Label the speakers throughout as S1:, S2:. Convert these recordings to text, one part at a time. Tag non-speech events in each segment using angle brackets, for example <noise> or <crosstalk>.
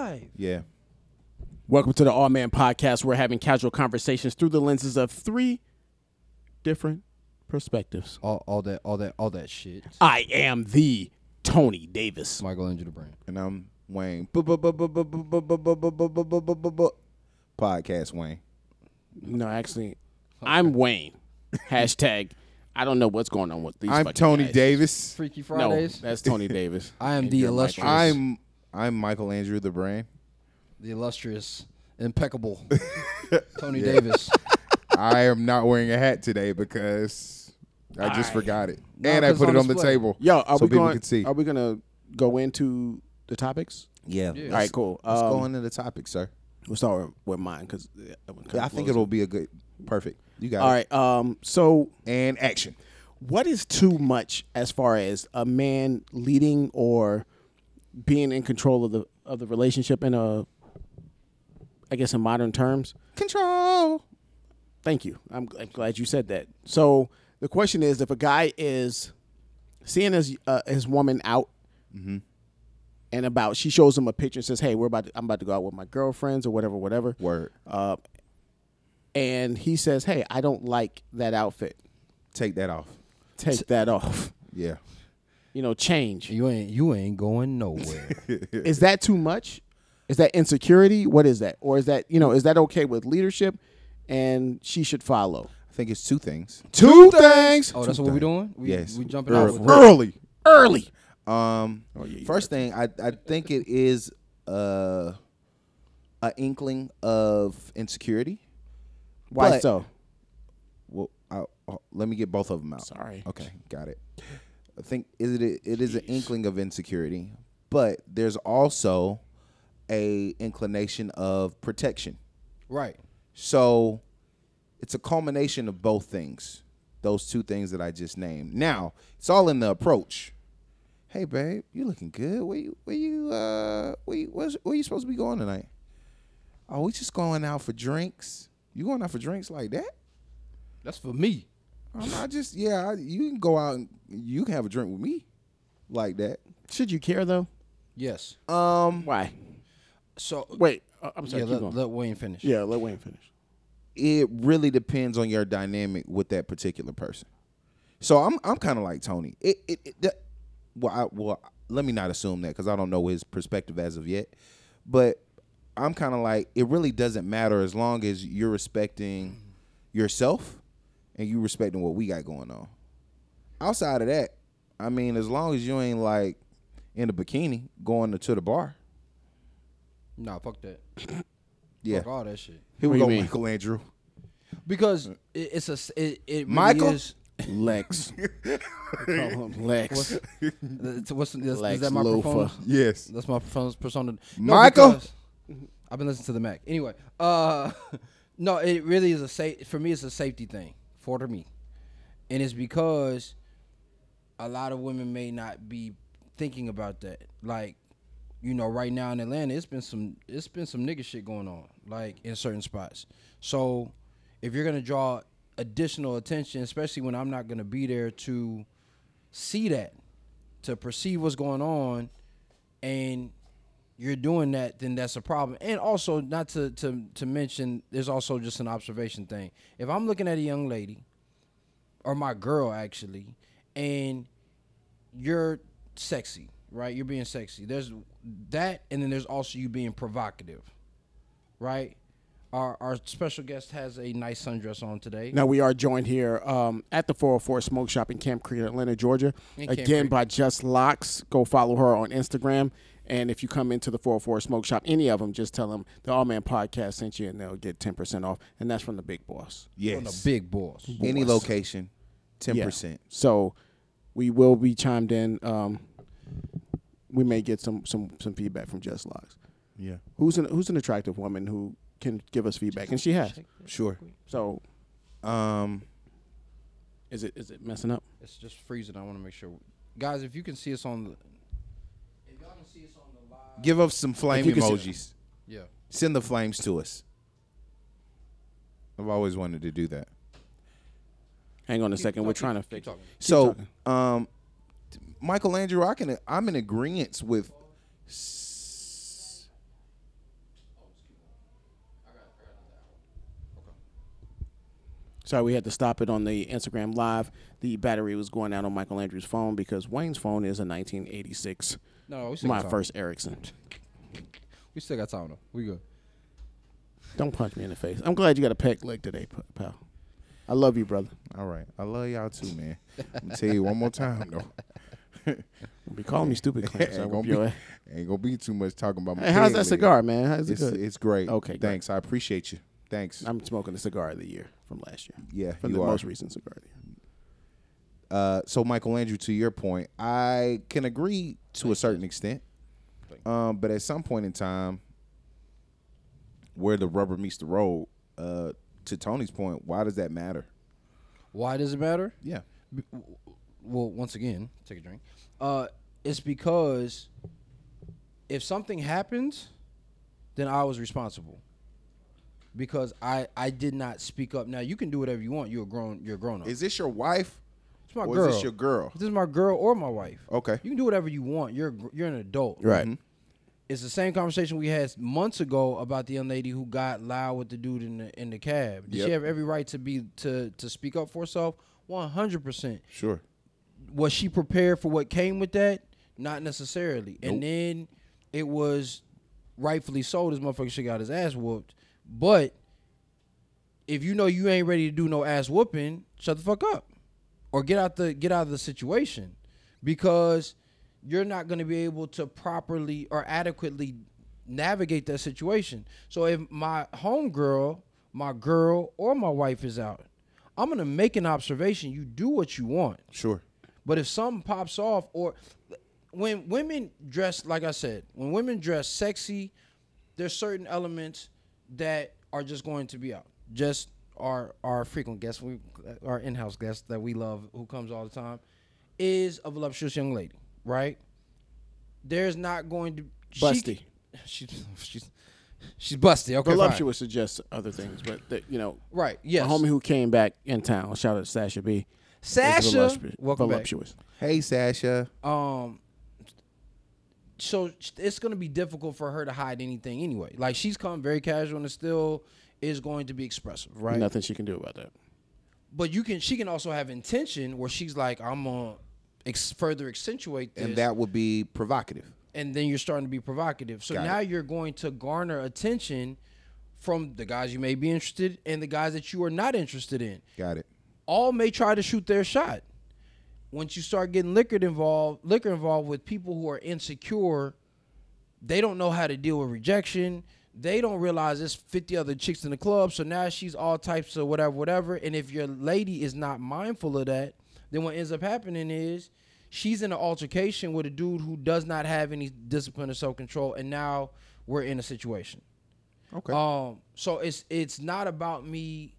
S1: live.
S2: Yeah.
S3: Welcome to the All Man Podcast. We're having casual conversations through the lenses of three different perspectives.
S4: All, all that, all that, all that shit.
S3: I am the Tony Davis.
S4: Michelangelo Brown.
S2: And I'm Wayne. Podcast Wayne.
S3: No, actually, I'm
S2: <laughs>
S3: Wayne. Hashtag, I don't know what's going on with these.
S2: I'm
S3: fucking
S2: Tony
S3: guys.
S2: Davis.
S4: Freaky
S3: No,
S4: Fridays.
S3: that's
S2: <laughs>
S3: Tony Davis.
S4: I am
S3: And
S4: the
S3: you're Mike
S4: illustrious,
S2: I'm I'm Michelangelo the Brain.
S4: the illustrious,
S3: <laughs>
S4: impeccable Tony Davis.
S2: I am not wearing a hat today because I just
S3: Alright.
S2: forgot it.
S4: No,
S2: and I
S4: 'cause
S2: put
S4: on
S2: it on the
S4: display.
S2: table.
S3: Yo, are
S2: so
S3: we
S2: people
S3: going?
S2: can see.
S3: Are we gonna go into the topics?
S2: yeah.
S4: Yeah.
S3: All right, cool.
S2: Let's
S3: Um,
S2: go into the topic, sir.
S3: We'll start with- with mine uh, because
S2: I think it'll be a good perfect. You got
S3: All
S2: it.
S3: right. Um. So,
S2: And action.
S3: what is too much as far as a man leading or being in control of the of the relationship in a, I guess, in modern terms?
S2: Control.
S3: Thank you. I'm, gl- I'm glad you said that. So the question is, if a guy is seeing his uh, his woman out and about, she shows him a picture and says, "Hey, we're about to, I'm about to go out with my girlfriends or whatever, whatever."
S2: Word.
S3: Uh, and he says, "Hey, I don't like that outfit.
S2: Take that off.
S3: Take that off.
S2: Yeah.
S3: You know, change.
S4: you ain't, you ain't
S3: <laughs>
S4: going nowhere.
S3: Is that too much? Is that insecurity? What is that? Or is that you know, is that okay with leadership? And she should follow."
S2: I think it's two things. Two things.
S4: Oh, that's what we doing? We,
S2: yes.
S4: We jumping
S2: Ear-
S4: out with that?
S2: early.
S3: Early.
S2: Um, first thing, I I think it is uh, a inkling of insecurity.
S3: Why
S2: But-
S3: so?
S2: Well, I, uh, let me get both of them out.
S3: Sorry.
S2: Okay, got it. I think it it, it is an inkling of insecurity, but there's also a inclination of protection.
S4: Right.
S2: So it's a culmination of both things. Those two things that I just named. Now, it's all in the approach. Hey babe, you looking good. Where you where you uh where you, where's, where you supposed to be going tonight? Oh, we just going out for drinks. You going out for drinks like that?
S4: That's for me.
S2: I'm not just yeah, I, you can go out and you can have a drink with me like that.
S3: Should you care though?
S4: Yes.
S2: Um
S3: Why?
S4: So
S3: Wait, uh, I'm sorry.
S4: yeah,
S3: Uh, keep
S4: let,
S3: going.
S4: let Wayne finish.
S3: yeah, let Wayne finish.
S2: it really depends on your dynamic with that particular person. So I'm I'm kind of like Tony. It it, it that, well I, well let me not assume that because I don't know his perspective as of yet, but I'm kind of like it really doesn't matter as long as you're respecting yourself and you respecting what we got going on. Outside of that, I mean, as long as you ain't like in a bikini going to, to the bar,
S4: Nah, fuck
S3: <laughs>
S4: that.
S2: yeah.
S4: Fuck all that shit.
S2: Here
S3: What do
S2: we
S3: you
S2: go,
S3: mean?
S2: Michelangelo.
S4: Because
S3: Uh,
S4: it, it's a s- it, it really
S2: Michael?
S4: is.
S3: Lex. Call him Lex.
S4: That's, what's, that's, is
S3: Lex
S4: that my
S3: Luthor. <laughs>
S4: performance?
S2: <laughs> Yes.
S4: That's my performance persona. No,
S2: Michael?
S4: because- I've been listening to the Mac. Anyway, uh, <laughs> no, it really is a safe for me. It's a safety thing for me, and it's because a lot of women may not be thinking about that. Like, you know, right now in Atlanta, it's been some it's been some nigga shit going on, like in certain spots. So, if you're gonna draw additional attention, especially when I'm not gonna be there to see that, to perceive what's going on, and you're doing that, then that's a problem. And also, not to to to mention, there's also just an observation thing. If I'm looking at a young lady, or my girl actually, and you're sexy, right? You're being sexy. There's that, and then there's also you being provocative, right? Our our special guest has a nice sundress on today.
S3: Now we are joined here um, at the 404 Smoke Shop in Camp Creek, Atlanta, Georgia.
S4: In Camp
S3: Again,
S4: Creek.
S3: by Just Locks. Go follow her on Instagram. And if you come into the 404 Smoke Shop, any of them, just tell them the All Man Podcast sent you, and they'll get 10% off. And that's from the big boss.
S2: Yes.
S4: On the big boss.
S2: Any location, ten
S3: Yeah.
S2: percent.
S3: So we will be chimed in. Um, we may get some some some feedback from Just Locks.
S2: Yeah.
S3: Who's an who's an attractive woman who can give us feedback, and she has.
S2: Sure.
S3: So
S2: Um.
S3: is it is it messing up?
S4: It's just freezing. I want to make sure, guys. If you can see us on the, if y'all can see us on the live,
S2: Give us some flame
S3: you can see-
S2: emojis.
S4: yeah.
S2: Send the flames to us. I've always wanted to do that.
S3: Hang on a second. We're trying to
S4: Keep
S3: fix.
S4: talking.
S2: So, um, t- Michelangelo, I can, I'm in agreement with. s-
S3: Sorry, we had to stop it on the Instagram live. The battery was going out on Michael Andrews' phone because Wayne's phone is a 1986.
S4: No, we still
S3: My
S4: got time.
S3: first Ericsson.
S4: We still got time though. We good.
S3: Don't punch me in the face. I'm glad you got a peck leg today, p- pal. I love you, brother.
S2: All right. I love y'all too, man. I'm gonna tell you one more time
S3: <laughs>
S2: though.
S3: Be calling me stupid, <laughs> Clarence. I
S2: ain't,
S3: whoop
S2: gonna
S3: your
S2: be,
S4: <laughs>
S3: ass.
S2: ain't gonna be too much talking about my
S3: Hey, how's
S2: peg
S3: that
S2: leg.
S3: cigar, man? How's it
S2: It's,
S3: good?
S2: it's great.
S3: Okay, great.
S2: Thanks. I appreciate you. Thanks.
S3: I'm smoking the cigar of the year from last year.
S2: Yeah,
S3: from
S2: you
S3: the
S2: are.
S3: most recent cigar of the year.
S2: Uh, so Michael Andrew, to your point, I can agree to a certain extent, um, but at some point in time, where the rubber meets the road, uh, to Tony's point, why does that matter?
S4: Why does it matter?
S2: Yeah,
S4: B- w- w- Well, once again, take a drink. Uh, it's because if something happens, then I was responsible because I I did not speak up. Now you can do whatever you want. You're a grown. You're a grown up.
S2: is this your wife?
S4: It's my
S2: or
S4: girl.
S2: Is this your girl?
S4: This is my girl or my wife.
S2: Okay.
S4: You can do whatever you want. You're a gr- you're an adult. Mm-hmm.
S3: Right.
S2: Mm-hmm.
S4: It's the same conversation we had months ago about the young lady who got loud with the dude in the in the cab. Did
S2: Yep.
S4: she have every right to be to to speak up for herself? One hundred percent.
S2: Sure.
S4: Was she prepared for what came with that? Not necessarily. And then it was rightfully so. This motherfucker should got his ass whooped. But if you know you ain't ready to do no ass whooping, shut the fuck up, or get out the get out of the situation, because you're not going to be able to properly or adequately navigate that situation. So if my homegirl, my girl, or my wife is out, I'm going to make an observation. You do what you want.
S2: Sure.
S4: But if something pops off, or when women dress, like I said, when women dress sexy, there's certain elements that are just going to be out. Just our our frequent guest, we our in-house guest that we love, who comes all the time, is a voluptuous young lady, right? There's not going to
S3: Busty.
S4: She, she, <laughs> she's she's busty. Okay,
S3: Voluptuous
S4: fine.
S3: would suggest other things, but that, you know,
S4: Right. Yes.
S3: my homie who came back in town, shout out to Sasha B. is
S4: Sasha,
S3: voluptuous-
S4: welcome back.
S3: voluptuous.
S2: Hey, Sasha.
S4: um so it's going to be difficult for her to hide anything anyway like she's come very casual and still is going to be expressive right
S3: Nothing she can do about that.
S4: but you can she can also have intention where she's like i'm gonna ex- further accentuate this
S2: And that would be provocative.
S4: and then you're starting to be provocative. So
S2: Got
S4: now you're going to garner attention from the guys you may be interested and the guys that you are not interested in.
S2: Got it.
S4: All may try to shoot their shot. Once you start getting liquored involved, liquor involved with people who are insecure, they don't know how to deal with rejection. They don't realize there's 50 other chicks in the club. So now she's all types of whatever, whatever. And if your lady is not mindful of that, then what ends up happening is she's in an altercation with a dude who does not have any discipline or self control. And now we're in a situation.
S2: Okay.
S4: Um, so it's it's not about me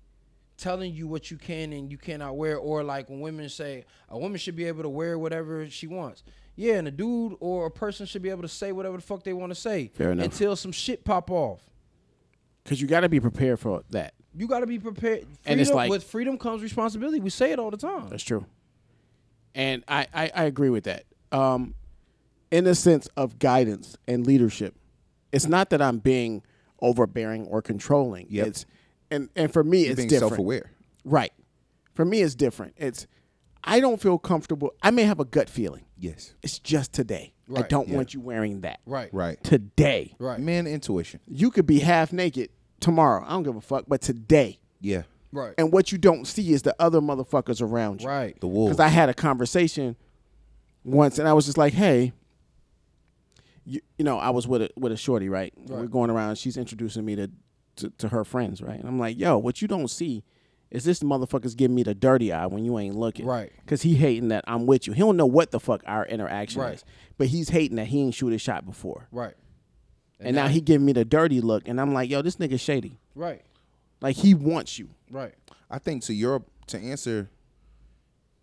S4: telling you what you can and you cannot wear, or like when women say a woman should be able to wear whatever she wants. Yeah, and a dude or a person should be able to say whatever the fuck they want to say
S3: Fair enough.
S4: until some shit pop off.
S3: Because you got to be prepared for that.
S4: You got to be prepared. Freedom,
S3: And it's like-
S4: with freedom comes responsibility. We say it all the time.
S3: That's true. And I, I, I agree with that. Um, in a sense of guidance and leadership, it's not that I'm being overbearing or controlling.
S2: Yep.
S3: It's and, and for me
S2: You're
S3: it's
S2: being
S3: different.
S2: self-aware.
S3: Right. For me it's different. It's I don't feel comfortable. I may have a gut feeling.
S2: Yes.
S3: It's just today. I
S4: Right,
S3: don't
S2: yeah.
S3: want you wearing that.
S4: Right.
S2: Right.
S3: Today.
S4: Right.
S2: Man, intuition.
S3: You could be half naked tomorrow. I don't give a fuck, but today.
S2: Yeah.
S4: Right.
S3: And what you don't see is the other motherfuckers around you.
S4: right.
S2: The wolves.
S3: Because I had a conversation once, and I was just like, "Hey, you, you know, I was with a with a shorty, right? And We're
S4: Right.
S3: going around. She's introducing me to, to to her friends, right? And I'm like, "Yo, what you don't see is this motherfucker's giving me the dirty eye when you ain't looking,
S4: Right.
S3: Because he hating that I'm with you. He don't know what the fuck our interaction
S4: Right.
S3: is, but he's hating that he ain't shoot a shot before,
S4: Right.
S3: and, now, he giving me the dirty look, and I'm like, "Yo, this nigga shady.
S4: Right.
S3: Like he wants you.
S4: Right.
S2: I think to your to answer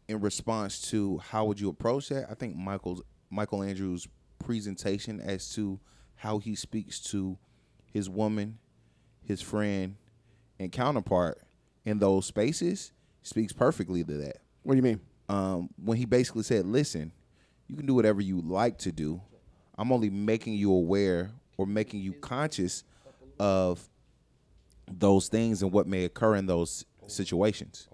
S2: in response to how would you approach that, I think Michael's Michael Andrews' presentation as to how he speaks to his woman, his friend, and counterpart in those spaces speaks perfectly to that.
S3: What do you mean?
S2: Um, when he basically said, "Listen, you can do whatever you like to do. I'm only making you aware or making you conscious of those things and what may occur in those situations.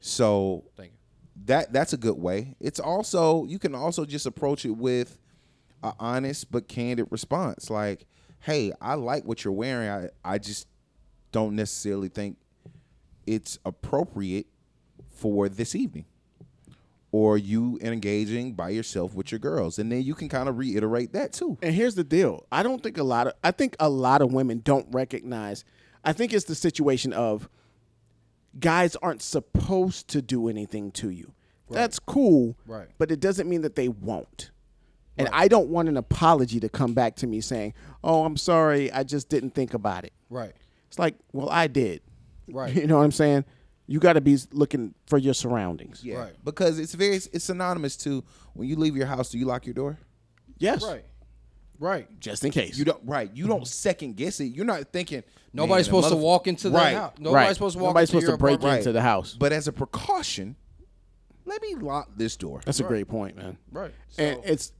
S2: So
S4: Thank you.
S2: that that's a good way. It's also you can also just approach it with a honest but candid response. Like, hey, I like what you're wearing. I, I just don't necessarily think it's appropriate for this evening. Or you engaging by yourself with your girls. And then you can kind of reiterate that too.
S3: And here's the deal. I don't think a lot of I think a lot of women don't recognize. I think it's the situation of guys aren't supposed to do anything to you. That's cool.
S4: Right.
S3: But it doesn't mean that they won't. And I don't want an apology to come back to me saying, "Oh, I'm sorry. I just didn't think about it."
S4: Right.
S3: It's like, "Well, I did."
S4: Right.
S3: <laughs> You know what I'm saying? You got to be looking for your surroundings.
S2: Yeah.
S4: Right.
S2: Because it's very it's synonymous to when you leave your house, do you lock your door?
S3: Yes.
S4: Right. Right.
S3: Just in case.
S2: You don't right. You don't second guess it. You're not thinking
S4: Nobody's
S2: "Man, the
S4: supposed to
S2: motherf-
S4: walk into the
S2: Right.
S4: house.
S3: right.
S4: Nobody's supposed to walk
S3: Nobody's
S4: into
S3: supposed
S4: your
S3: to break
S4: apartment.
S3: into the house.
S2: But as a precaution, let me lock this door.
S3: That's a great point, man.
S4: Right.
S3: and it's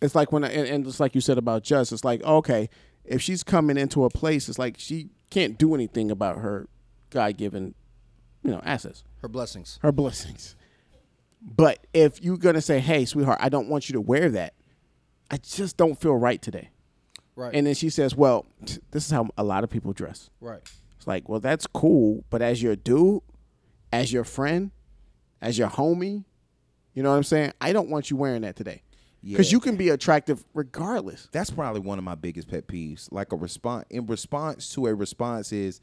S3: it's like when I, and, and just like you said about Jess, it's like okay, if she's coming into a place, it's like she can't do anything about her God given, you know, assets,
S4: Her blessings.
S3: her blessings. But if you're gonna say, "Hey, sweetheart, I don't want you to wear that," I just don't feel right today.
S4: Right.
S3: And then she says, "Well, t- this is how a lot of people dress."
S4: right.
S3: It's like, well, that's cool, but as your dude, as your friend, as your homie, you know what I'm saying? I don't want you wearing that today. Because
S2: Yeah.
S3: you can be attractive regardless.
S2: That's probably one of my biggest pet peeves. Like a response in response to a response is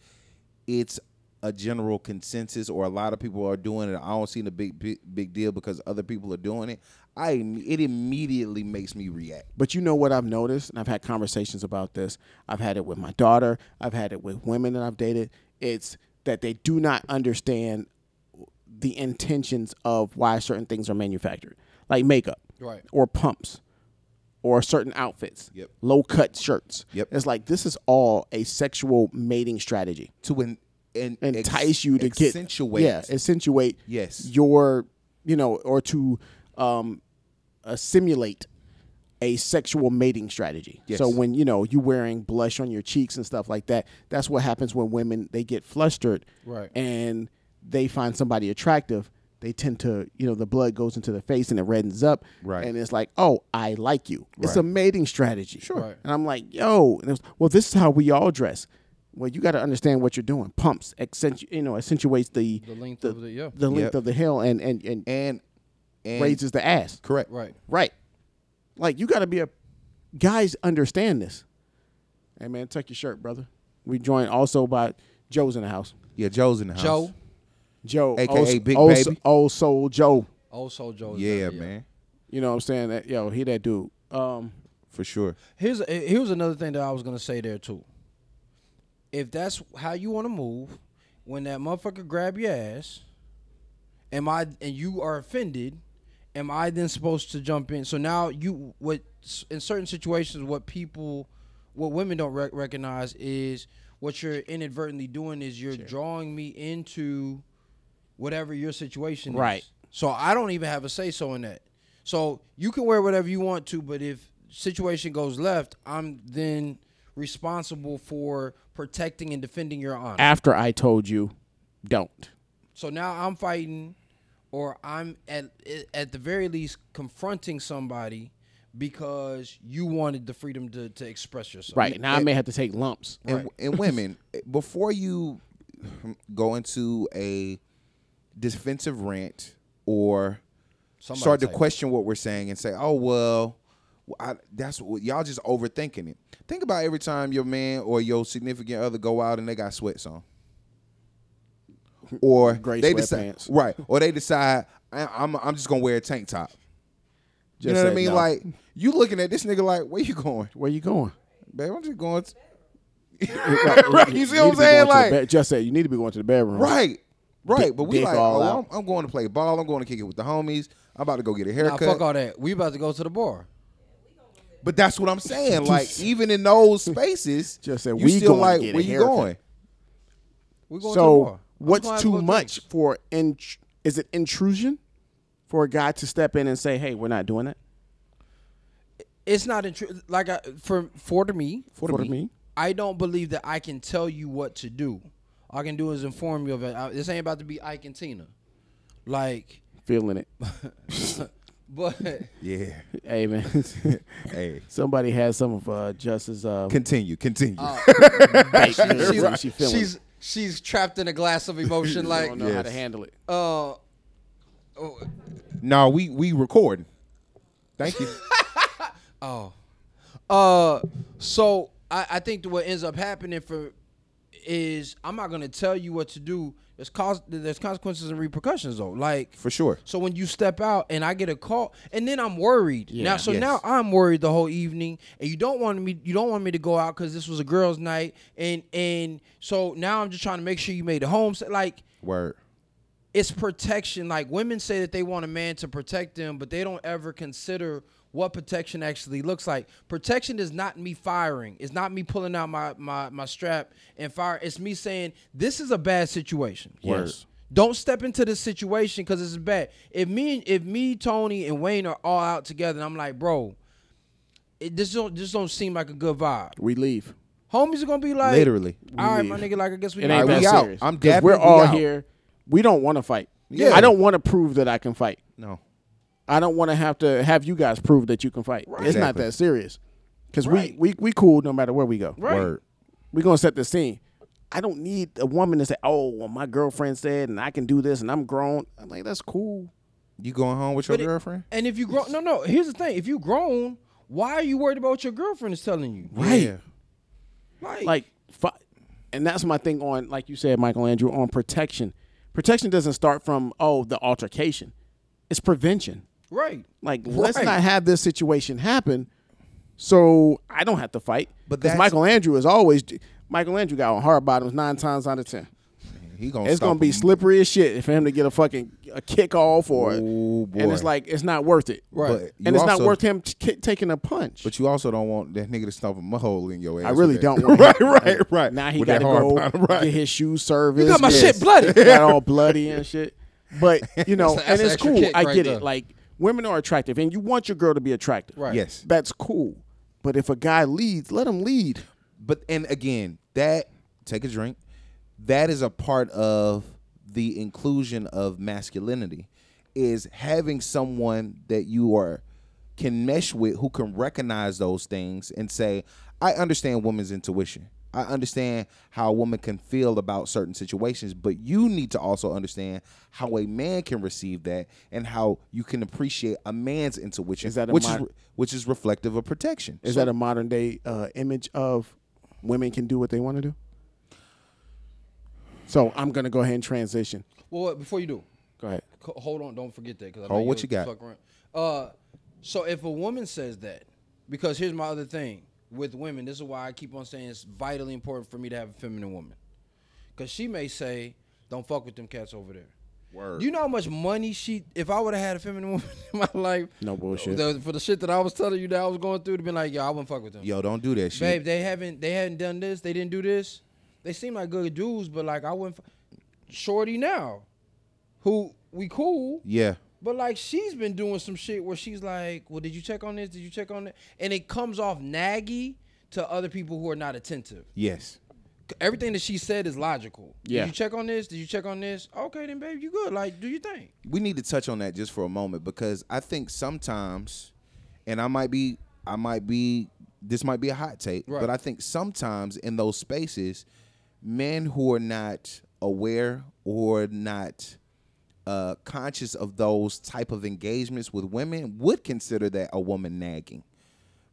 S2: it's a general consensus or a lot of people are doing it. I don't see the big, big big deal because other people are doing it. I it immediately makes me react.
S3: But you know what I've noticed, and I've had conversations about this. I've had it with my daughter, I've had it with women that I've dated. It's that they do not understand the intentions of why certain things are manufactured, like makeup
S4: Right.
S3: or pumps or certain outfits,
S2: Yep.
S3: low cut shirts.
S2: Yep.
S3: It's like this is all a sexual mating strategy.
S2: To an, an
S3: entice you to get
S2: accentuate
S3: yeah accentuate
S2: Yes.
S3: your you know or to um uh, simulate a sexual mating strategy
S2: Yes.
S3: so when you know you wearing blush on your cheeks and stuff like that that's what happens when women they get flustered
S4: Right.
S3: and they find somebody attractive they tend to you know the blood goes into the face and it reddens up
S2: Right.
S3: and it's like oh i like you it's a
S2: Right.
S3: mating strategy
S2: Sure.
S4: Right.
S3: and I'm like, yo, and it was, well, this is how we all dress. Well, you got to understand what you're doing. Pumps, accentu- you know, accentuates the
S4: The length of the yeah.
S3: the length
S2: Yep.
S3: of the hill and and and,
S2: and, and
S3: raises the ass.
S2: correct
S4: Right.
S3: Right. Like you got to be a guys understand this. Hey man, tuck your shirt, brother. We joined also by Joe's in the house.
S2: Yeah, Joe's in the house.
S4: Joe.
S3: Joe,
S2: AKA
S3: old, s-
S2: Big
S3: old, s-
S2: Baby.
S3: old soul Joe.
S4: Also Joe. is
S2: Yeah,
S4: down there,
S2: man,
S3: You know what I'm saying? That yo, he that dude. Um,
S2: for sure.
S4: Here's eh, here's another thing that I was gonna say there too. If that's how you want to move, when that motherfucker grab your ass, am I and you are offended? Am I then supposed to jump in? So now you what in certain situations what people what women don't rec- recognize is what you're inadvertently doing is you're drawing me into whatever your situation is.
S3: Right.
S4: So I don't even have a say so in that. So you can wear whatever you want to, but if situation goes left, I'm then responsible for protecting and defending your honor.
S3: after I told you, don't.
S4: So now I'm fighting, or I'm at at the very least confronting somebody because you wanted the freedom to, to express yourself.
S3: Right now, I may have to take lumps.
S2: and, and women eh, before you hmm, go into a defensive rant or
S4: Somebody
S2: start to
S4: type it.
S2: question what we're saying and say oh well I, that's what y'all just overthinking it think about every time your man or your significant other go out and they got sweats
S3: <laughs>
S2: on or
S3: Gray
S2: they decide
S3: sweatpants.
S2: right or they decide I, I'm, I'm just gonna wear a tank top you
S3: Just
S2: know what
S3: say
S2: I mean?
S3: no.
S2: Like you looking at this nigga like, where you going,
S3: Where you
S4: <laughs>
S3: going?
S2: babe? I'm just going. To... right, you see what I'm
S3: need to be
S2: saying?
S3: going to the
S2: Like,
S3: bed- just said you need to be going to the bedroom.
S2: Right. Right.
S3: Dick-
S2: but we
S3: dick
S2: like,
S3: all
S2: oh,
S3: out.
S2: I'm, I'm going to play ball. I'm going to kick it with the homies. I'm about to go get a
S4: Nah,
S2: haircut.
S4: fuck all that. We about to go to the bar.
S2: but that's what I'm
S3: <laughs>
S2: saying. Like, even in those spaces,
S3: Just said,
S2: you
S3: we
S2: still
S3: gonna
S2: like,
S3: get
S2: where
S3: a
S2: you
S3: haircut. <laughs>
S2: going?
S4: We going to the bar.
S3: So
S4: I'm gonna
S3: what's
S4: have to
S3: too
S4: go
S3: much
S4: drinks.
S3: for in? Is it intrusion for a guy to step in and say, "Hey, we're not doing it"?
S4: It's not intru- like I, for for to me.
S3: For, me,
S4: I don't believe that I can tell you what to do. I can do is inform you of it. I- this ain't about to be Ike and Tina, like,
S3: Feeling
S4: <laughs>
S3: it.
S4: but
S2: Yeah.
S3: hey man.
S2: <laughs>
S3: <laughs>
S2: Hey.
S3: Somebody had some of uh Justice's uh
S2: Continue. Continue.
S3: <laughs> bait. She-
S4: she's
S3: she feeling it.
S4: she's she's trapped in a glass of
S3: <laughs>
S4: emotion,
S3: I
S4: like,
S3: don't know how to
S2: Yes.
S3: handle it.
S4: uh,
S2: no, we we recording. Thank you.
S3: <laughs>
S4: Uh, so I, I think what ends up happening for is I'm not gonna tell you what to do. There's cause there's consequences and repercussions though. Like
S2: For sure.
S4: So when you step out and I get a call, and then I'm worried.
S3: Yeah.
S4: Now, so
S3: Yes.
S4: now I'm worried the whole evening, and you don't want me. You don't want me to go out because this was a girls' night, and and so now I'm just trying to make sure you made it home. So, like
S2: Word.
S4: it's protection. Like women say that they want a man to protect them, but they don't ever consider what protection actually looks like. Protection is not me firing. It's not me pulling out my my my strap and fire. It's me saying this is a bad situation.
S3: Word. Yes.
S4: Don't step into this situation because it's bad. If me, if me, Tony, and Wayne are all out together, and I'm like, bro, it, this don't this don't seem like a good vibe.
S3: We leave.
S4: Homies are gonna be like,
S2: Literally.
S4: all right, my nigga. Like, I guess we
S3: It
S4: all
S3: ain't
S4: right,
S3: that
S4: we
S2: we out.
S3: serious.
S2: I'm
S3: 'Cause
S2: dapping,
S3: We're
S2: we
S3: all
S2: out.
S3: here. We don't want to fight.
S2: Yeah.
S3: I don't want to prove that I can fight.
S2: No.
S3: I don't want to have to have you guys prove that you can fight. It's not
S2: Exactly.
S3: that serious. Because
S4: Right.
S3: we, we we cool no matter where we go.
S4: Right.
S2: Word.
S3: We're gonna set the scene. I don't need a woman to say, "Oh, well, my girlfriend said, and I can do this, and I'm grown." I'm like, that's cool.
S2: You going home with your
S4: But it-
S2: girlfriend?
S4: And if you grown, no, no. Here's the thing: if you grown, why are you worried about what your girlfriend is telling you?
S3: Right.
S2: Yeah.
S4: Like,
S3: Like, fi- and that's my thing on, like you said, Michael Andrew, on protection. Protection doesn't start from oh the altercation. It's prevention.
S4: right?
S3: Like, let's
S4: Right.
S3: not have this situation happen. So I don't have to fight.
S2: But
S3: But
S2: that's-
S3: Michael Andrew is always Michael Andrew got on hard bottoms nine times out of ten.
S2: He gonna
S3: It's
S2: stop
S3: gonna be
S2: him.
S3: slippery as shit for him to get a fucking a kick off or,
S2: Ooh,
S3: and it's
S2: boy.
S3: like it's not worth it.
S4: Right.
S2: But you
S3: and it's
S2: also-
S3: not worth him t- ki- taking a punch.
S2: But you also don't want that nigga to stomp a hole in your ass.
S3: I really
S2: with
S4: <laughs>
S3: don't
S2: that.
S3: want.
S2: right,
S3: him-
S2: right, right.
S3: Now he
S2: With
S3: got
S2: that
S3: to
S2: hard
S3: go
S2: bottom, right.
S3: get his shoes serviced.
S4: got my shit bloody.
S3: <laughs> got all bloody and shit.
S4: <laughs>
S3: But you know,
S4: That's a-
S3: and
S4: that's an
S3: it's
S4: extra
S3: cool.
S4: kick
S3: I
S4: right
S3: get
S4: there.
S3: it. Like women are attractive, and you want your girl to be attractive.
S4: Right.
S2: Yes.
S3: That's cool. But if a guy leads, let him lead.
S2: But and again, that take a drink. That is a part of the inclusion of masculinity is having someone that you are can mesh with who can recognize those things and say, I understand women's intuition. I understand how a woman can feel about certain situations, but you need to also understand how a man can receive that and how you can appreciate a man's intuition,
S3: Is that a
S2: which
S3: mod-
S2: is which is reflective of protection.
S3: Is that a modern day uh, image of women can do what they want to do? So I'm gonna go ahead and transition.
S4: Well, wait, before you do,
S3: Go ahead.
S4: c- hold on. Don't forget that because
S2: Hold what you got.
S4: Fuck around. Uh, so if a woman says that, because here's my other thing with women. This is why I keep on saying it's vitally important for me to have a feminine woman, because she may say, "Don't fuck with them cats over there."
S2: Word.
S4: Do you know how much money she? If I would have had a feminine <laughs> woman in my life,
S3: No bullshit.
S4: the- for the shit that I was telling you that I was going through, to be like, "Yo, I wouldn't fuck with them."
S2: Yo, don't do that shit.
S4: babe, they haven't they hadn't done this, they didn't do this. They seem like good dudes, but like I wouldn't. F- Shorty now, who we cool,
S2: Yeah.
S4: but like she's been doing some shit where she's like, well, did you check on this? Did you check on that? And it comes off naggy to other people who are not attentive.
S2: Yes.
S4: Everything that she said is logical.
S3: Yeah.
S4: Did you check on this? Did you check on this? Okay, then, babe, you good. Like, do you think?
S2: We need to touch on that just for a moment because I think sometimes and I might be I might be this might be a hot take,
S4: Right.
S2: but I think sometimes in those spaces men who are not aware or not uh, conscious of those type of engagements with women would consider that a woman nagging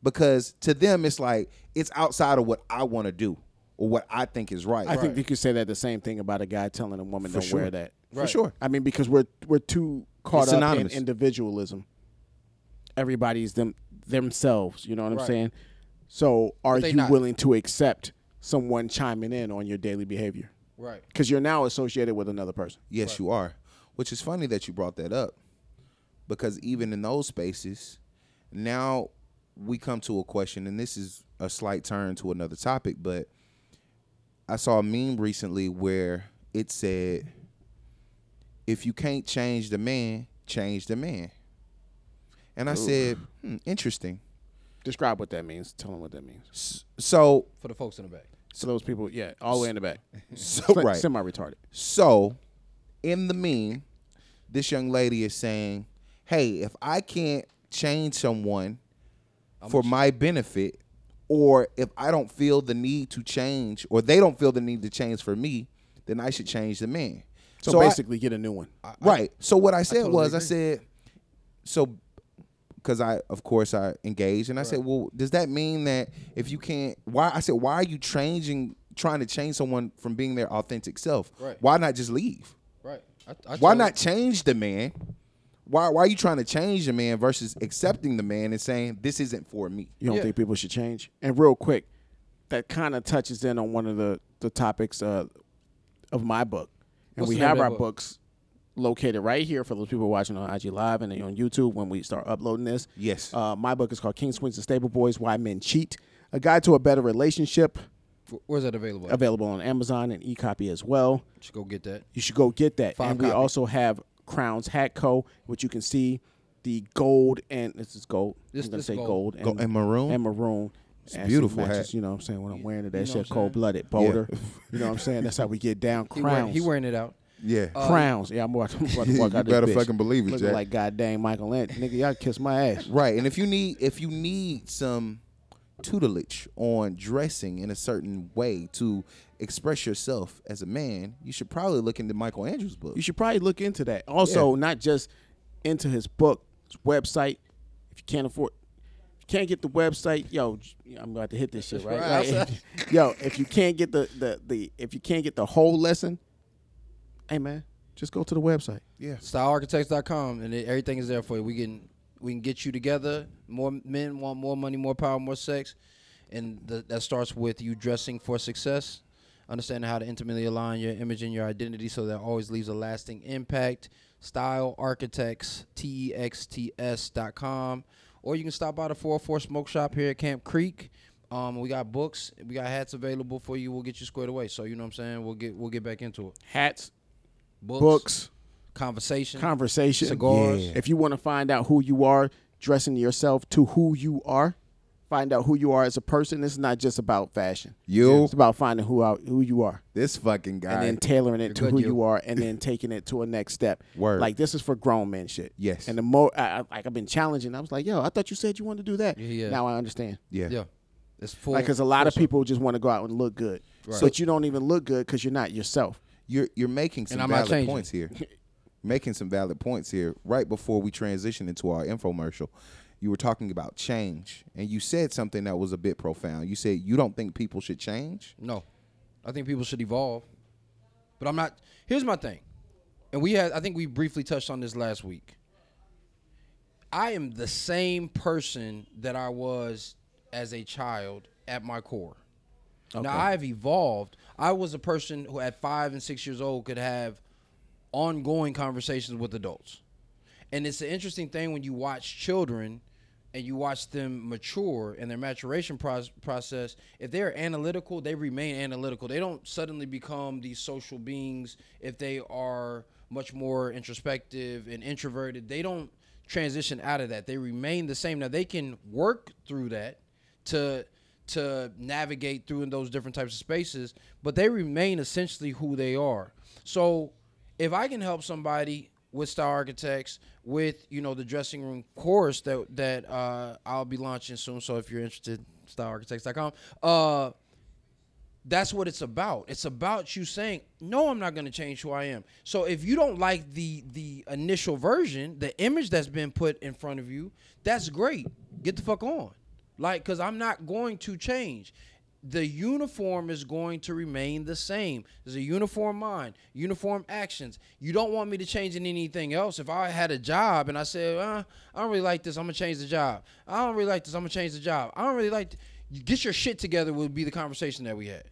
S2: because to them it's like it's outside of what I want to do or what I think is right.
S3: I think you could say that the same thing about a guy telling a woman don't wear that.
S2: for
S4: Right.
S2: sure.
S3: I mean, because we're we're too caught
S2: It's
S3: up
S2: synonymous.
S3: in individualism. Everybody's them themselves. You know what I'm
S4: Right.
S3: saying? So, are
S4: they
S3: you
S4: not.
S3: willing to accept someone chiming in on your daily behavior?
S4: Right.
S3: Because you're now associated with another person.
S2: Yes, you are. Which is funny that you brought that up because even in those spaces, now we come to a question, and this is a slight turn to another topic, but I saw a meme recently where it said, if you can't change the man, change the man. And I said, hmm, interesting.
S3: Describe what that means. Tell them what that means.
S2: S- So
S4: For the folks in the back.
S3: So those people, yeah, all the way in the back.
S2: <laughs> So right.
S3: Semi retarded.
S2: So, in the meme, this young lady is saying, "Hey, if I can't change someone for my benefit, or if I don't feel the need to change, or they don't feel the need to change for me, then I should change the man."
S3: So,
S2: I-
S3: basically, get a new one.
S2: right. So what I said
S4: totally
S2: was, I
S4: agree.
S2: said, so because I, of course, I engaged, and I said, well, does that mean that if you can't, why? I said, why are you changing, trying to change someone from being their authentic self?
S4: Right.
S2: Why not just leave?
S4: Right. I, I
S2: Why
S4: told-
S2: not change the man? Why, why are you trying to change the man versus accepting the man and saying this isn't for me?
S3: You don't
S4: Yeah.
S3: think people should change? And real quick, that kind of touches in on one of the the topics uh, of my book, and
S4: What's
S3: we
S4: the name
S3: have
S4: of
S3: our
S4: that book?
S3: books located right here for those people watching on IG Live and on YouTube when we start uploading this.
S2: Yes.
S3: uh, my book is called Kings, Queens, and Stable Boys: Why Men Cheat, a guide to a better relationship.
S4: Where's that available?
S2: Uh,
S4: at?
S3: Available on Amazon and e-copy as well.
S4: Just go get that.
S3: You should go get that.
S4: Five
S3: and we
S4: copy.
S3: also have Crown's Hat Co, which you can see the gold and this is gold.
S4: This-
S3: I'm gonna
S4: this
S3: say
S4: gold.
S3: gold and,
S2: Gold and maroon?
S3: and maroon. It's
S2: beautiful hat.
S3: You know what I'm saying? What I'm wearing today,
S4: you know what I'm
S3: said
S4: saying?
S3: cold
S2: <laughs>
S3: blooded boulder. you know what I'm saying? That's how we get down.
S4: <laughs> He, wear, uh,
S3: Crowns.
S4: he wearing it out.
S2: Yeah.
S3: crowns. Yeah, I'm about to, I'm about to
S2: <laughs>
S3: walk
S2: You
S3: out this
S2: better
S3: bitch
S2: fucking believe it,
S3: Looking
S2: Jack.
S3: like goddamn Michael Ant. Nigga, y'all kiss my ass.
S2: Right. And if you need if you need some tutelage on dressing in a certain way to express yourself as a man, you should probably look into Michael Andrews' book.
S3: You should probably look into that. Also, not just into his book, his website. If you can't afford, if you can't get the website, yo, j- I'm about to hit this shit right.
S4: Right.
S3: Like,
S4: <laughs>
S3: <laughs> if- yo, if you can't get the, the the if you can't get the whole lesson, hey man, just go to the website.
S2: yeah.
S4: stylearchitects.com and it, everything is there for you. We can we can get you together. More men want more money, more power, more sex, and th- that starts with you dressing for success, understanding how to intimately align your image and your identity so that always leaves a lasting impact. Style Architects, T E X T S dot com, or you can stop by the 404 Smoke Shop here at Camp Creek. Um, we got books, we got hats available for you. We'll get you squared away. So you know what I'm saying. We'll get we'll get back into it.
S3: Hats,
S4: Books,
S3: books,
S4: conversation,
S3: conversation,
S4: Cigars. Yeah.
S3: If you want to find out who you are, dressing yourself to who you are. Find out who you are as a person. It's not just about fashion.
S2: You.
S3: It's about finding who out who you are.
S2: This fucking
S3: and
S2: guy.
S3: then tailoring it to
S4: good,
S3: who
S4: you.
S3: you are, and
S4: <laughs>
S3: then taking it to a next step.
S2: Word.
S3: Like this is for grown men shit.
S2: Yes.
S3: And the more I, I, like I've been challenging, I was like, yo, I thought you said you wanted to do that.
S4: Yeah, yeah.
S3: Now I understand.
S2: yeah.
S4: Yeah. It's full.
S3: Like, cause a lot of people just want to go out and look good, but you don't even look good because you're not yourself.
S2: You're you're making some
S4: I'm not
S2: valid
S4: changing.
S2: points here. making some valid points here right before we transition into our infomercial. You were talking about change and you said something that was a bit profound. You said you don't think people should change?
S4: No, I think people should evolve. But I'm not. Here's my thing, and we had. I think we briefly touched on this last week. I am the same person that I was as a child at my core. Now I've evolved. I was a person who at five and six years old could have ongoing conversations with adults. And it's an interesting thing when you watch children and you watch them mature in their maturation proce- process. If they're analytical, they remain analytical. They don't suddenly become these social beings if they are much more introspective and introverted. They don't transition out of that. They remain the same. Now they can work through that to to navigate through in those different types of spaces, but they remain essentially who they are. So if I can help somebody with Star Architects, with you know the dressing room course that that uh, I'll be launching soon. So if you're interested, stylearchitects.com. Uh, that's what it's about. It's about you saying, "No, I'm not going to change who I am." So if you don't like the the initial version, the image that's been put in front of you, that's great. Get the fuck on. Like cuz I'm not going to change. The uniform is going to remain the same. There's a uniform mind, uniform actions. You don't want me to change in anything else. If I had a job and I said, uh, I don't really like this, I'm going to change the job. I don't really like this, I'm going to change the job. I don't really like, th-. You get your shit together would be the conversation that we had.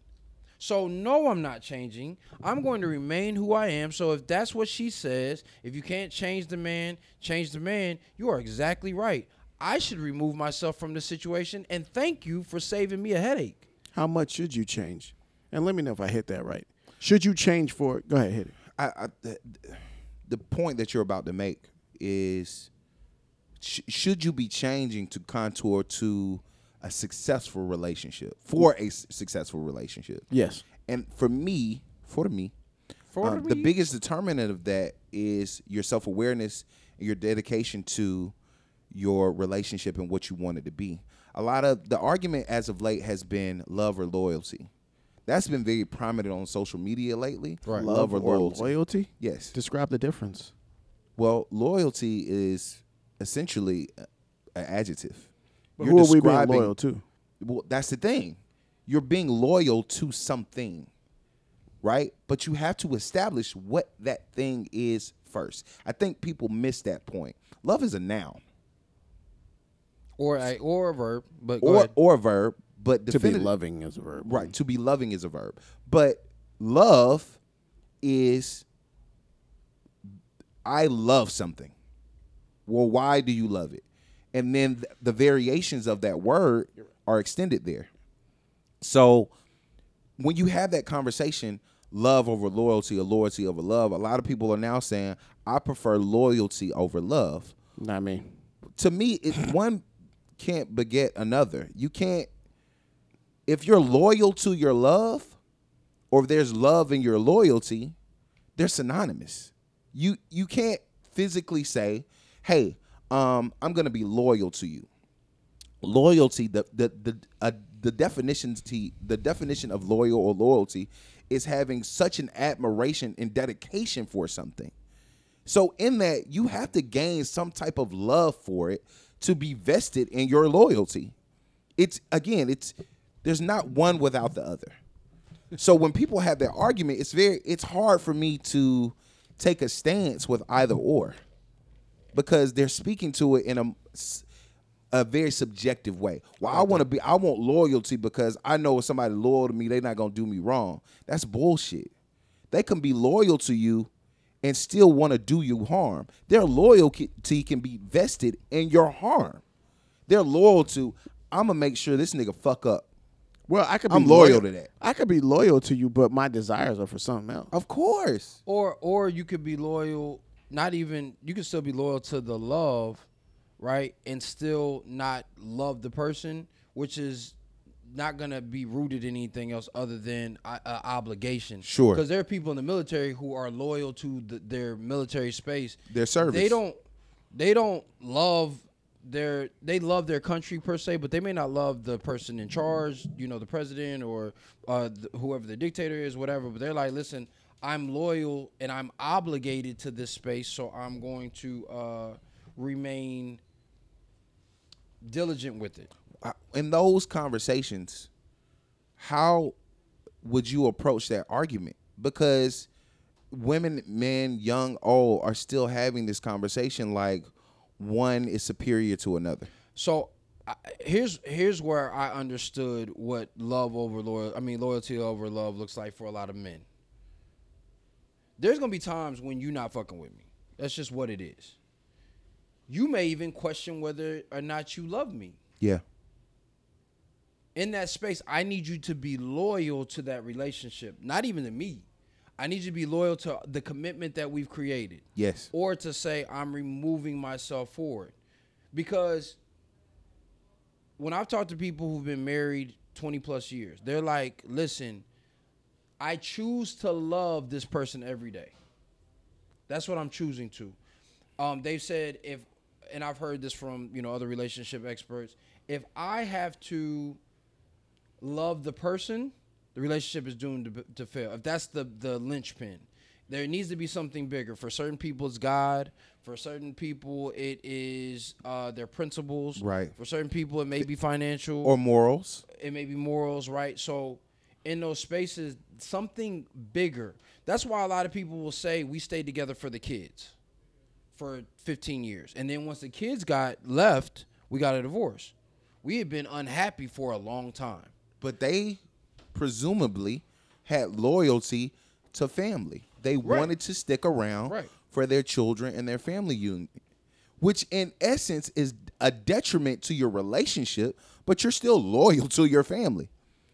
S4: So no, I'm not changing. I'm going to remain who I am. So if that's what she says, if you can't change the man, change the man, you are exactly right. I should remove myself from the situation and thank you for saving me a headache.
S3: How much should you change? And let me know if I hit that right. Should you change for? Go ahead, hit it.
S2: I, I the, the point that you're about to make is sh- should you be changing to contour to a successful relationship for a s- successful relationship.
S3: Yes.
S2: And for me, for me,
S4: For
S2: um, the
S4: me.
S2: biggest determinant of that is your self awareness and your dedication to your relationship and what you want it to be. A lot of the argument as of late has been love or loyalty. That's been very prominent on social media lately.
S4: Right.
S2: Love, or loyalty.
S3: Loyalty?
S2: Yes.
S3: Describe the difference.
S2: Well, loyalty is essentially a- an adjective.
S3: But who are we being loyal to?
S2: Well, that's the thing. You're being loyal to something, right? But you have to establish what that thing is first. I think people miss that point. Love is a noun
S4: or a or a verb, but go
S2: or
S4: ahead.
S2: or a verb, but
S3: To be
S2: definitive-
S3: loving is a verb.
S2: Right. To be loving is a verb. But love is I love something. Well, why do you love it? And then th- the variations of that word are extended there. So when you have that conversation, love over loyalty or loyalty over love, a lot of people are now saying, I prefer loyalty over love
S3: Not me.
S2: to me, it, one can't beget another. You can't if you're loyal to your love, or if there's love in your loyalty, they're synonymous. You you can't physically say, "Hey, um, I'm gonna be loyal to you." Loyalty, the the the uh, the definition to, the definition of loyal or loyalty is having such an admiration and dedication for something. So in that, you have to gain some type of love for it to be vested in your loyalty. It's again, it's there's not one without the other. So when people have that argument, it's very it's hard for me to take a stance with either or because they're speaking to it in a s- a very subjective way. Well, I want to be I want loyalty because I know if somebody loyal to me, they're not going to do me wrong. That's bullshit. They can be loyal to you and still want to do you harm. Their loyalty can be vested in your harm. They're loyal to I'm going to make sure this nigga fuck up.
S3: Well, I could be
S2: I'm loyal to that. Oh,
S3: I could be loyal to you, but my desires are for something else.
S2: Of course.
S4: or or you could be loyal not even you could still be loyal to the love right and still not love the person which is not gonna be rooted in anything else other than uh, uh, obligation
S2: Sure.
S4: because there are people in the military who are loyal to the, their military space
S2: Their service.
S4: they don't they don't love their they love their country per se but they may not love the person in charge you know the president or uh, th- whoever the dictator is whatever but they're like listen i'm loyal and i'm obligated to this space so i'm going to uh, remain diligent with it
S2: I- in those conversations, how would you approach that argument? Because women, men, young, old are still having this conversation like one is superior to another.
S4: So I, here's here's where I understood what love over loyal I mean loyalty over love looks like for a lot of men. There's gonna be times when you're not fucking with me. That's just what it is. You may even question whether or not you love me.
S2: Yeah.
S4: In that space, I need you to be loyal to that relationship, not even to me. I need you to be loyal to the commitment that we've created
S2: Yes.
S4: or to say I'm removing myself forward. Because when I've talked to people who've been married 20 plus years, they're like, listen, I choose to love this person every day. That's what I'm choosing to. Um, they've said if, and I've heard this from you know other relationship experts, if I have to love the person, the relationship is doomed to, to fail. If that's the the linchpin, there needs to be something bigger. For certain people, it's God. For certain people, it is uh, their principles.
S2: Right.
S4: For certain people, it may be financial
S2: Or morals.
S4: it may be morals, right? So in those spaces, something bigger. That's why a lot of people will say we stayed together for the kids for 15 years. And then once the kids got left, we got a divorce. We had been unhappy for a long time.
S2: But they presumably had loyalty to family. They wanted to stick around
S4: Right.
S2: for their children and their family unit, which in essence is a detriment to your relationship, but you're still loyal to your family.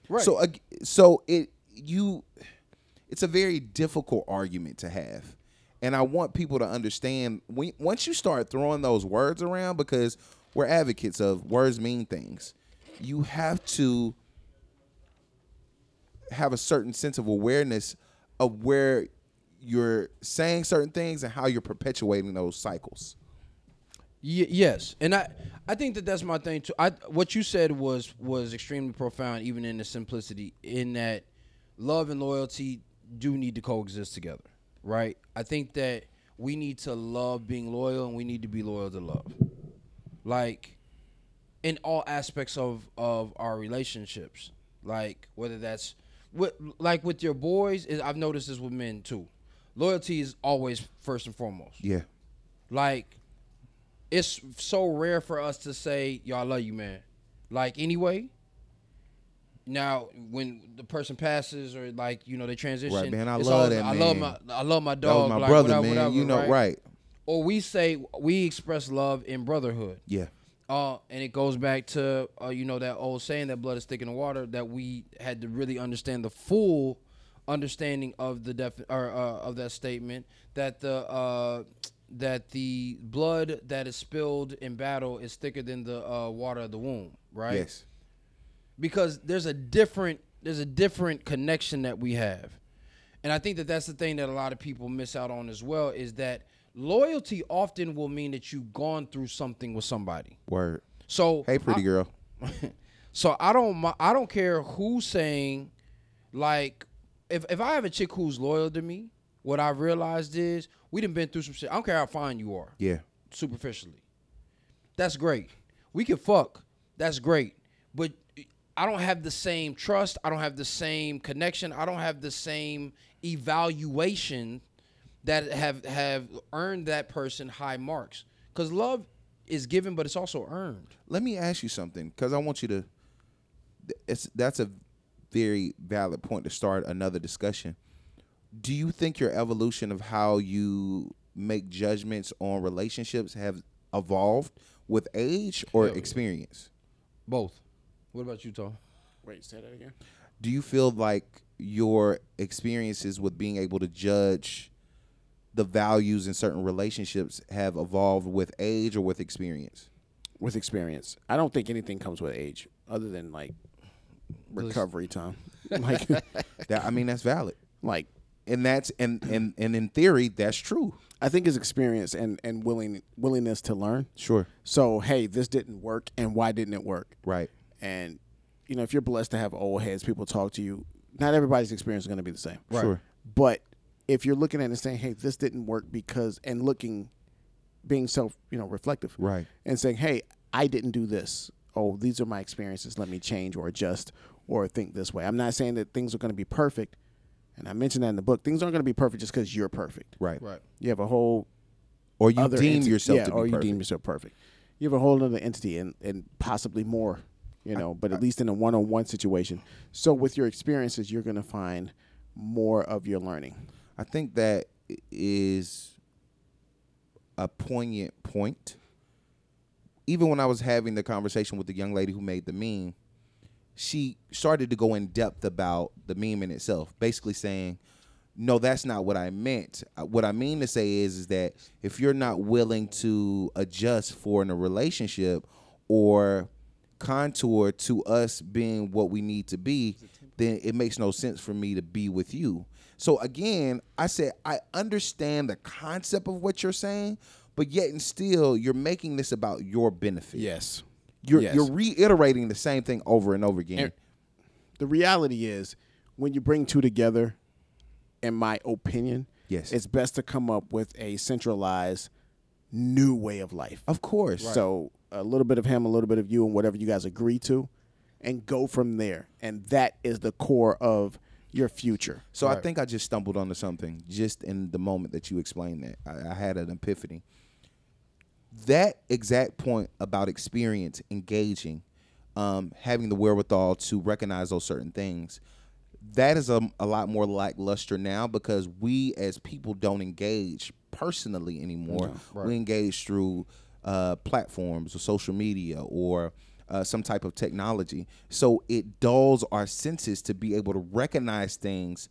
S4: Right.
S2: So ag- so it you it's a very difficult argument to have. And I want people to understand when, once you start throwing those words around because we're advocates of words mean things. you have to have a certain sense of awareness of where you're saying certain things and how you're perpetuating those cycles.
S4: Y- yes, and I I think that that's my thing too. I what you said was was extremely profound, even in the simplicity, in that love and loyalty do need to coexist together, right? I think that we need to love being loyal, and we need to be loyal to love, like in all aspects of of our relationships, like whether that's with like with your boys. Is I've noticed this with men too. Loyalty is always first and foremost.
S2: Yeah.
S4: Like, it's so rare for us to say, "Y'all love you, man." Like anyway. Now, when the person passes or like you know they transition,
S2: Right, man, I
S4: it's
S2: love
S4: always,
S2: that
S4: I love
S2: man.
S4: my I love my
S2: That was
S4: dog.
S2: my
S4: like,
S2: brother,
S4: whatever,
S2: man.
S4: whatever,
S2: you know, right.
S4: Or we say we express love in brotherhood.
S2: Yeah.
S4: Uh, and it goes back to uh, you know that old saying that blood is thick in the water that we had to really understand the full understanding of the def or uh, of that statement that the uh, that the blood that is spilled in battle is thicker than the uh, water of the womb, right?
S2: Yes.
S4: because there's a different there's a different connection that we have and i think that that's the thing that a lot of people miss out on as well is that loyalty often will mean that you've gone through something with somebody
S2: Word.
S4: so
S2: Hey, pretty
S4: I-
S2: girl.
S4: so I don't mi- I don't care who's saying like if if I have a chick who's loyal to me, what I realized is we done been through some shit. I don't care how fine you are
S2: Yeah.
S4: superficially. That's great. We can fuck. That's great. But I don't have the same trust. I don't have the same connection. I don't have the same evaluation that have have earned that person high marks. Cause love is given, but it's also earned.
S2: Let me ask you something because I want you to. th- It's that's a very valid point to start another discussion. Do you think your evolution of how you make judgments on relationships have evolved with age or
S4: Hell yeah.
S2: experience?
S4: Both. What about you, Tom?
S3: Wait, say that again.
S2: do you feel like your experiences with being able to judge the values in certain relationships have evolved with age or with experience?
S3: With experience, I don't think anything comes with age, other than like recovery time. Like,
S2: That I mean, that's valid,
S3: like
S2: and that's and and and in theory, that's true.
S3: I think it's experience and and willing willingness to learn.
S2: Sure,
S3: So hey, this didn't work, and why didn't it work?
S2: right,
S3: And you know, if you're blessed to have old heads, people talk to you. Not everybody's experience is going to be the same.
S2: sure,
S3: But if you're looking at it and saying, "Hey, this didn't work because," and looking, being self, you know, reflective,
S2: Right.
S3: and saying, "Hey, I didn't do this. Oh, these are my experiences. Let me change or adjust or think this way." I'm not saying that things are going to be perfect, and I mentioned that in the book. Things aren't going to be perfect just because you're perfect.
S2: right,
S3: You have a whole
S2: Or you
S3: other
S2: deem
S3: enti-
S2: yourself
S3: yeah,
S2: to be
S3: or
S2: perfect.
S3: you deem yourself perfect. You have a whole other entity and, and possibly more, you know, but at least in a one on one situation. So with your experiences, you're going to find more of your learning.
S2: I think that i- is a poignant point. Even when I was having the conversation with the young lady who made the meme, she started to go in depth about the meme in itself, basically saying, "No, that's not what I meant. Uh, What I mean to say is, is that if you're not willing to adjust for in a relationship or contour to us being what we need to be, then it makes no sense for me to be with you." So again, I said I understand the concept of what you're saying, but yet and still, you're making this about your benefit.
S3: Yes.
S2: You're,
S3: Yes.
S2: you're reiterating the same thing over and over again.
S3: The reality is, when you bring two together, in my opinion,
S2: Yes.
S3: it's best to come up with a centralized new way of life.
S2: of course.
S3: So a little bit of him, a little bit of you, and whatever you guys agree to, and go from there. And that is the core of your future.
S2: So I think I just stumbled onto something just in the moment that you explained that. I, I had an epiphany. That exact point about experience, engaging, um, having the wherewithal to recognize those certain things, that is a, a lot more lackluster now because we as people don't engage personally anymore. We engage through uh, platforms or social media or uh, some type of technology. So it dulls our senses to be able to recognize things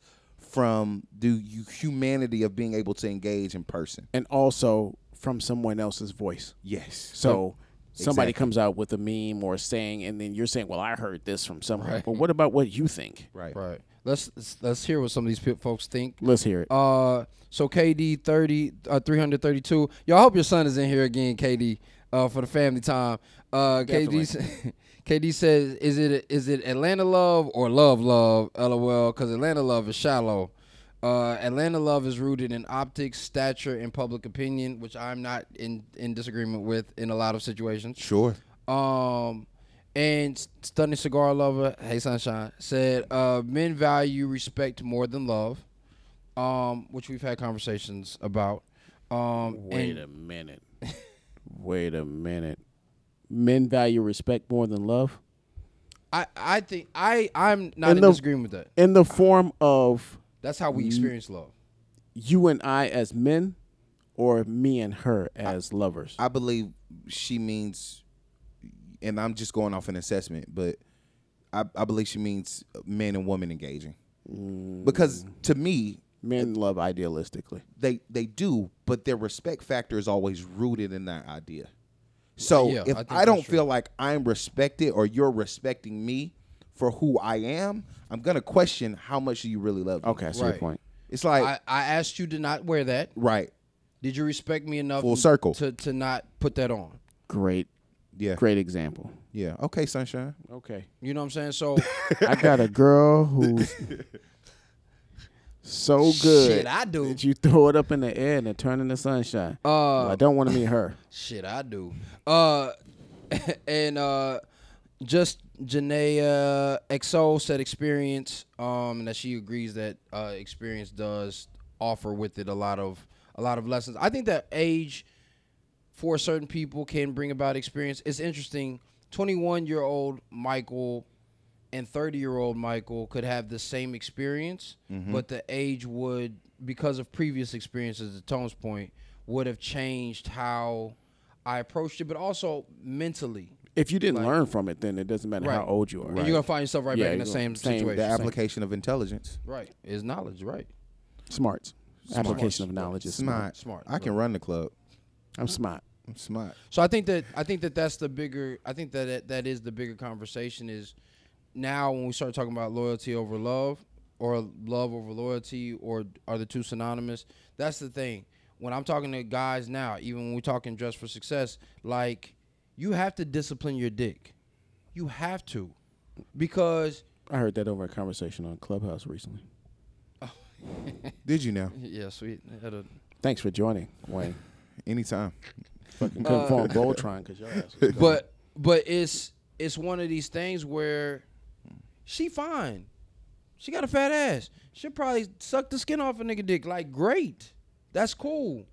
S2: from the u- humanity of being able to engage in person.
S3: And also from someone else's voice.
S2: Yes.
S3: So somebody
S2: Exactly.
S3: comes out with a meme or a saying, and then you're saying, "Well, I heard this from somewhere." But what about what you think?
S2: Right.
S4: Right. Let's let's- let's hear what some of these pe- folks think.
S3: Let's hear it.
S4: Uh, so KD thirty uh, three hundred thirty two. Yo, I hope your son is in here again, KD, uh, for the family time. Uh, KD, s- <laughs> KD says, is it is it Atlanta love or love love? LOL, because Atlanta love is shallow. Uh, Atlanta love is rooted in optics, stature, and public opinion, which I'm not in in disagreement with in a lot of situations.
S2: Sure.
S4: Um, and Stunning Cigar Lover, hey Sunshine, said uh, men value respect more than love, um, which we've had conversations about. Um,
S3: Wait
S4: and
S3: a minute. Wait a minute. Men value respect more than love
S4: I, I think I, I'm not
S3: And
S4: in
S3: the-
S4: disagreement with that.
S3: in the form of
S4: That's how we experience love.
S3: you and I as men or me and her as lovers.
S2: I believe she means, and I'm just going off an assessment, but I, I believe she means men and women engaging. Because to me,
S3: men love idealistically.
S2: they they do, but their respect factor is always rooted in that idea. So
S4: Yeah,
S2: if
S4: I
S2: I,
S4: think that's
S2: don't
S4: true.
S2: feel like I'm respected or you're respecting me for who I am, I'm gonna question how much do you really love me.
S3: Okay, I see your
S4: Right.
S3: point.
S2: It's like
S4: I, I asked you to not wear that.
S2: right,
S4: Did you respect me enough?
S2: Full circle.
S4: To, to not put that on.
S3: Great,
S2: yeah,
S3: great example.
S2: yeah. Okay, sunshine.
S3: Okay.
S4: You know what I'm saying? So
S3: I got a girl <laughs> who's so good
S4: shit, I do.
S3: that you throw it up in the air and it turn into sunshine.
S4: Uh,
S3: I don't want to meet her.
S4: Shit, I do. Uh, <laughs> and uh, just Janae uh, XO said experience, um, and that she agrees that uh, experience does offer with it a lot of a lot of lessons. I think that age for certain people can bring about experience. It's interesting. Twenty-one year old Michael and thirty-year-old Michael could have the same experience,
S3: Mm-hmm.
S4: but the age would, because of previous experiences, to Tone's point, would have changed how I approached it, but also mentally.
S3: If you didn't learn from it, then it doesn't matter how
S4: Right.
S3: old you are.
S4: And You're gonna find yourself right
S3: Yeah,
S4: back in the
S3: you're
S4: same,
S3: gonna- same-
S2: The
S4: situation.
S3: Same.
S2: application of intelligence.
S4: right, is knowledge. Right,
S3: Smarts. Application of knowledge is smart.
S2: Smart,
S4: Smart,
S2: I can run the club.
S3: I'm smart.
S2: I'm smart.
S4: So I think that I think that that's the bigger. I think that that, that is the bigger conversation. Is now when we start talking about loyalty over love, or love over loyalty, or are the two synonymous? That's the thing. When I'm talking to guys now, even when we're talking dress for success, like you have to discipline your dick. You have to, because
S3: I heard that over a conversation on Clubhouse recently.
S2: Did you now?
S4: yeah, sweet. Had a-
S3: Thanks for joining, Wayne.
S2: Anytime.
S3: Fucking couldn't form Voltron because your ass. was-
S4: but but it's it's one of these things where she fine. She got a fat ass. She'll probably suck the skin off a nigga dick. Like, great. That's cool.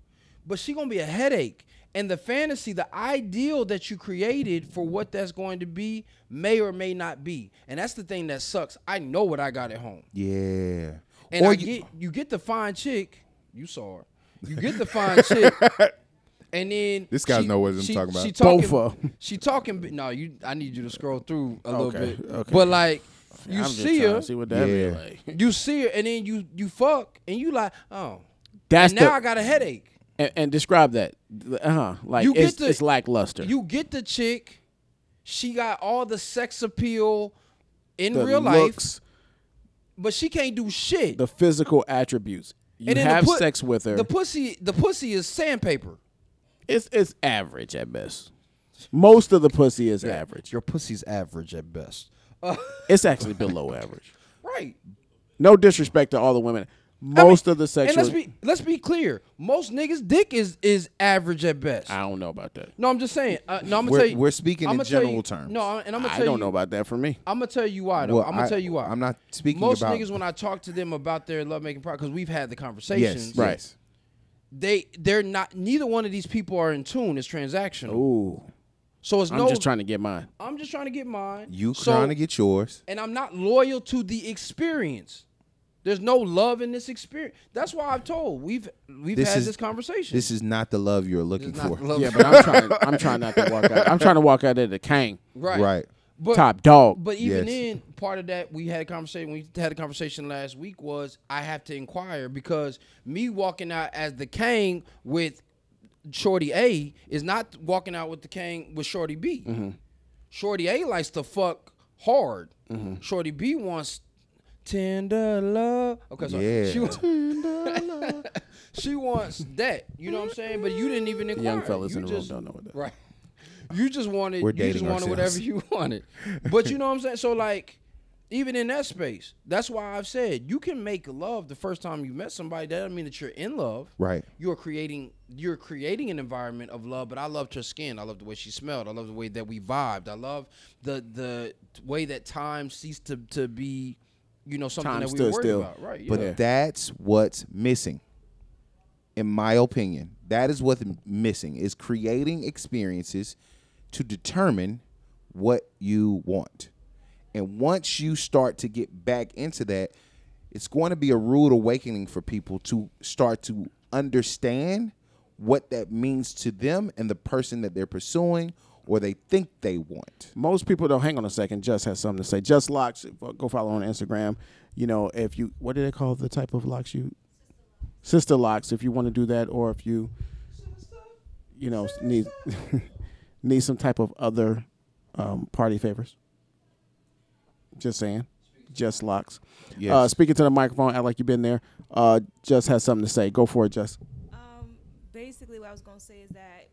S4: But she gonna be a headache. And the fantasy, the ideal that you created for what that's going to be may or may not be. And that's the thing that sucks. I know what I got at home.
S2: Yeah.
S4: And
S2: or
S4: I
S2: you,
S4: get you get the fine chick. You saw her.
S2: <laughs>
S4: You get the fine chick. And then
S2: This guy
S4: she-
S2: know what I'm
S4: she-
S2: talking about.
S4: She talking,
S3: Both of 'em.
S4: She talking. bi- No, you. I need you to scroll through a little
S3: Okay,
S4: bit.
S3: okay.
S4: But like,
S3: I'm
S4: you
S3: just
S4: see
S3: trying
S4: her,
S3: to See what that be
S2: Yeah.
S3: like.
S4: you see her, and then you you fuck, and you like, oh,
S3: That's
S4: and now
S3: the-
S4: I got a headache.
S3: And, and describe that. Uh huh. Like
S4: You get
S3: it's,
S4: the-
S3: it's lackluster.
S4: You get the chick. She got all the sex appeal in
S3: the
S4: real life,
S3: looks,
S4: but she can't do shit.
S3: the physical attributes. You
S4: and then the
S3: have
S4: pu-
S3: sex with her.
S4: The pussy, the pussy is sandpaper.
S3: it's it's average at best. Most of the pussy is average.
S4: Your pussy's average at best.
S3: It's actually below <laughs> average.
S4: Right.
S3: No disrespect to all the women.
S4: I mean,
S3: Most of the sexual.
S4: And let's be let's be clear. Most niggas' dick is is average at best.
S3: I don't know about that.
S4: no, I'm just saying. Uh, no, I'm gonna
S2: We're-
S4: tell you.
S2: we're speaking in
S4: I'ma tell you-
S2: general terms.
S4: No, I- and I'm gonna
S3: I
S4: tell
S3: don't
S4: you.
S3: know about that for me.
S4: I'm gonna tell you why. Though.
S2: Well,
S4: I'm gonna
S2: I-
S4: tell you why.
S2: I'm not speaking
S4: Most
S2: about-
S4: niggas, when I talk to them about their lovemaking process, because we've had the conversations.
S2: yes,
S3: Right.
S2: yes.
S4: They they're not. Neither one of these people are in tune. It's transactional.
S3: Ooh,
S4: So it's
S3: I'm
S4: no.
S3: just trying to get mine.
S4: I'm just trying to get mine.
S2: You
S4: So-
S2: trying to get yours.
S4: and I'm not loyal to the experience. There's no love in this experience. That's why I've told we've we've
S2: This
S4: had
S2: is-
S4: this conversation.
S2: This is not the love you're looking
S4: It's not
S2: for.
S4: love-
S3: Yeah, but I'm trying. I'm trying not to walk out. I'm trying to walk out at the king,
S4: right,
S2: Right.
S4: But,
S3: top dog.
S4: But
S2: Yes.
S4: even then, part of that we had a conversation. We had a conversation last week. Was I have to inquire because me walking out as the king with Shorty A is not walking out with the king with Shorty B.
S3: Mm-hmm.
S4: Shorty A likes to fuck hard.
S3: Mm-hmm.
S4: Shorty B wants tender love. Okay, so
S2: Yeah.
S4: she wants <laughs> she wants that. You know what I'm saying? But you didn't even inquire.
S3: Young fellas
S4: You
S3: in the room
S4: just-
S3: don't know what that is.
S4: Right. You just wanted
S2: We're
S4: you just
S2: dating
S4: wanted
S2: ourselves.
S3: <laughs>
S4: whatever <laughs> you wanted. But you know what I'm saying? So like even in that space, that's why I've said you can make love the first time you met somebody. That doesn't mean that you're in love.
S2: Right.
S4: You're creating you're creating an environment of love, but I loved her skin. I loved the way she smelled. I love the way that we vibed. I love the the way that time ceased to, to be, you know, something
S3: Time
S4: that we were
S3: stood
S4: worried
S3: still.
S4: about. Right.
S2: But
S4: yeah.
S2: that's what's missing, in my opinion. That is what's m- missing is creating experiences to determine what you want. And once you start to get back into that, it's going to be a rude awakening for people to start to understand what that means to them and the person that they're pursuing or they think they
S4: <laughs>
S2: want.
S3: Most people don't hang on a second. Just has something to say. Just locks. uh, Go follow on Instagram. You know, if you what do they call the type of locks you? Sister locks. If you want to do that, or if you, you know, need <laughs> need some type of other um, party favors. Just saying. Just locks.
S2: Yes.
S3: Uh, speaking to the microphone, act like you've been there. Uh, just has something to say. Go for it, Just.
S1: Um, basically, what I was gonna say is that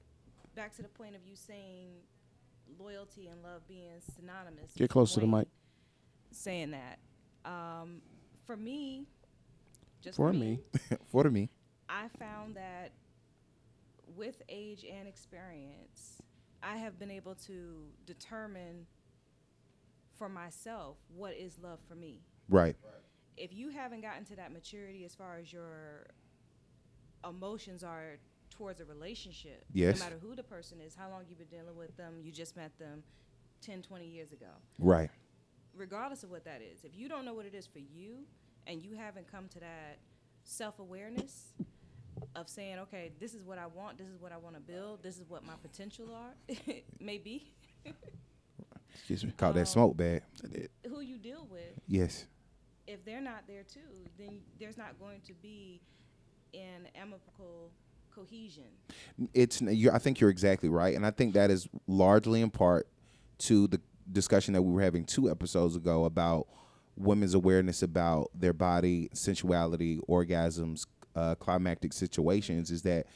S1: back to the point of you saying loyalty and love being synonymous.
S3: Get close to the
S1: Wayne
S3: mic.
S1: Saying that, um, for me, just
S3: For me.
S2: For me.
S1: <laughs> I found that with age and experience, I have been able to determine for myself what is love for me.
S2: Right.
S1: If you haven't gotten to that maturity as far as your emotions are towards a relationship,
S2: Yes.
S1: no matter who the person is, how long you've been dealing with them, you just met them 10, 20 years ago,
S2: Right.
S1: regardless of what that is, if you don't know what it is for you and you haven't come to that self awareness of saying, okay, this is what I want, this is what I want to build, this is what my potential are, <laughs> maybe
S2: Excuse me. Caught that smoke bad.
S1: who you deal with,
S2: Yes.
S1: if they're not there too, then there's not going to be an amicable cohesion.
S2: it's you I think you're exactly right, and I think that is largely in part to the discussion that we were having two episodes ago about women's awareness about their body, sensuality, orgasms, uh, climactic situations. Is that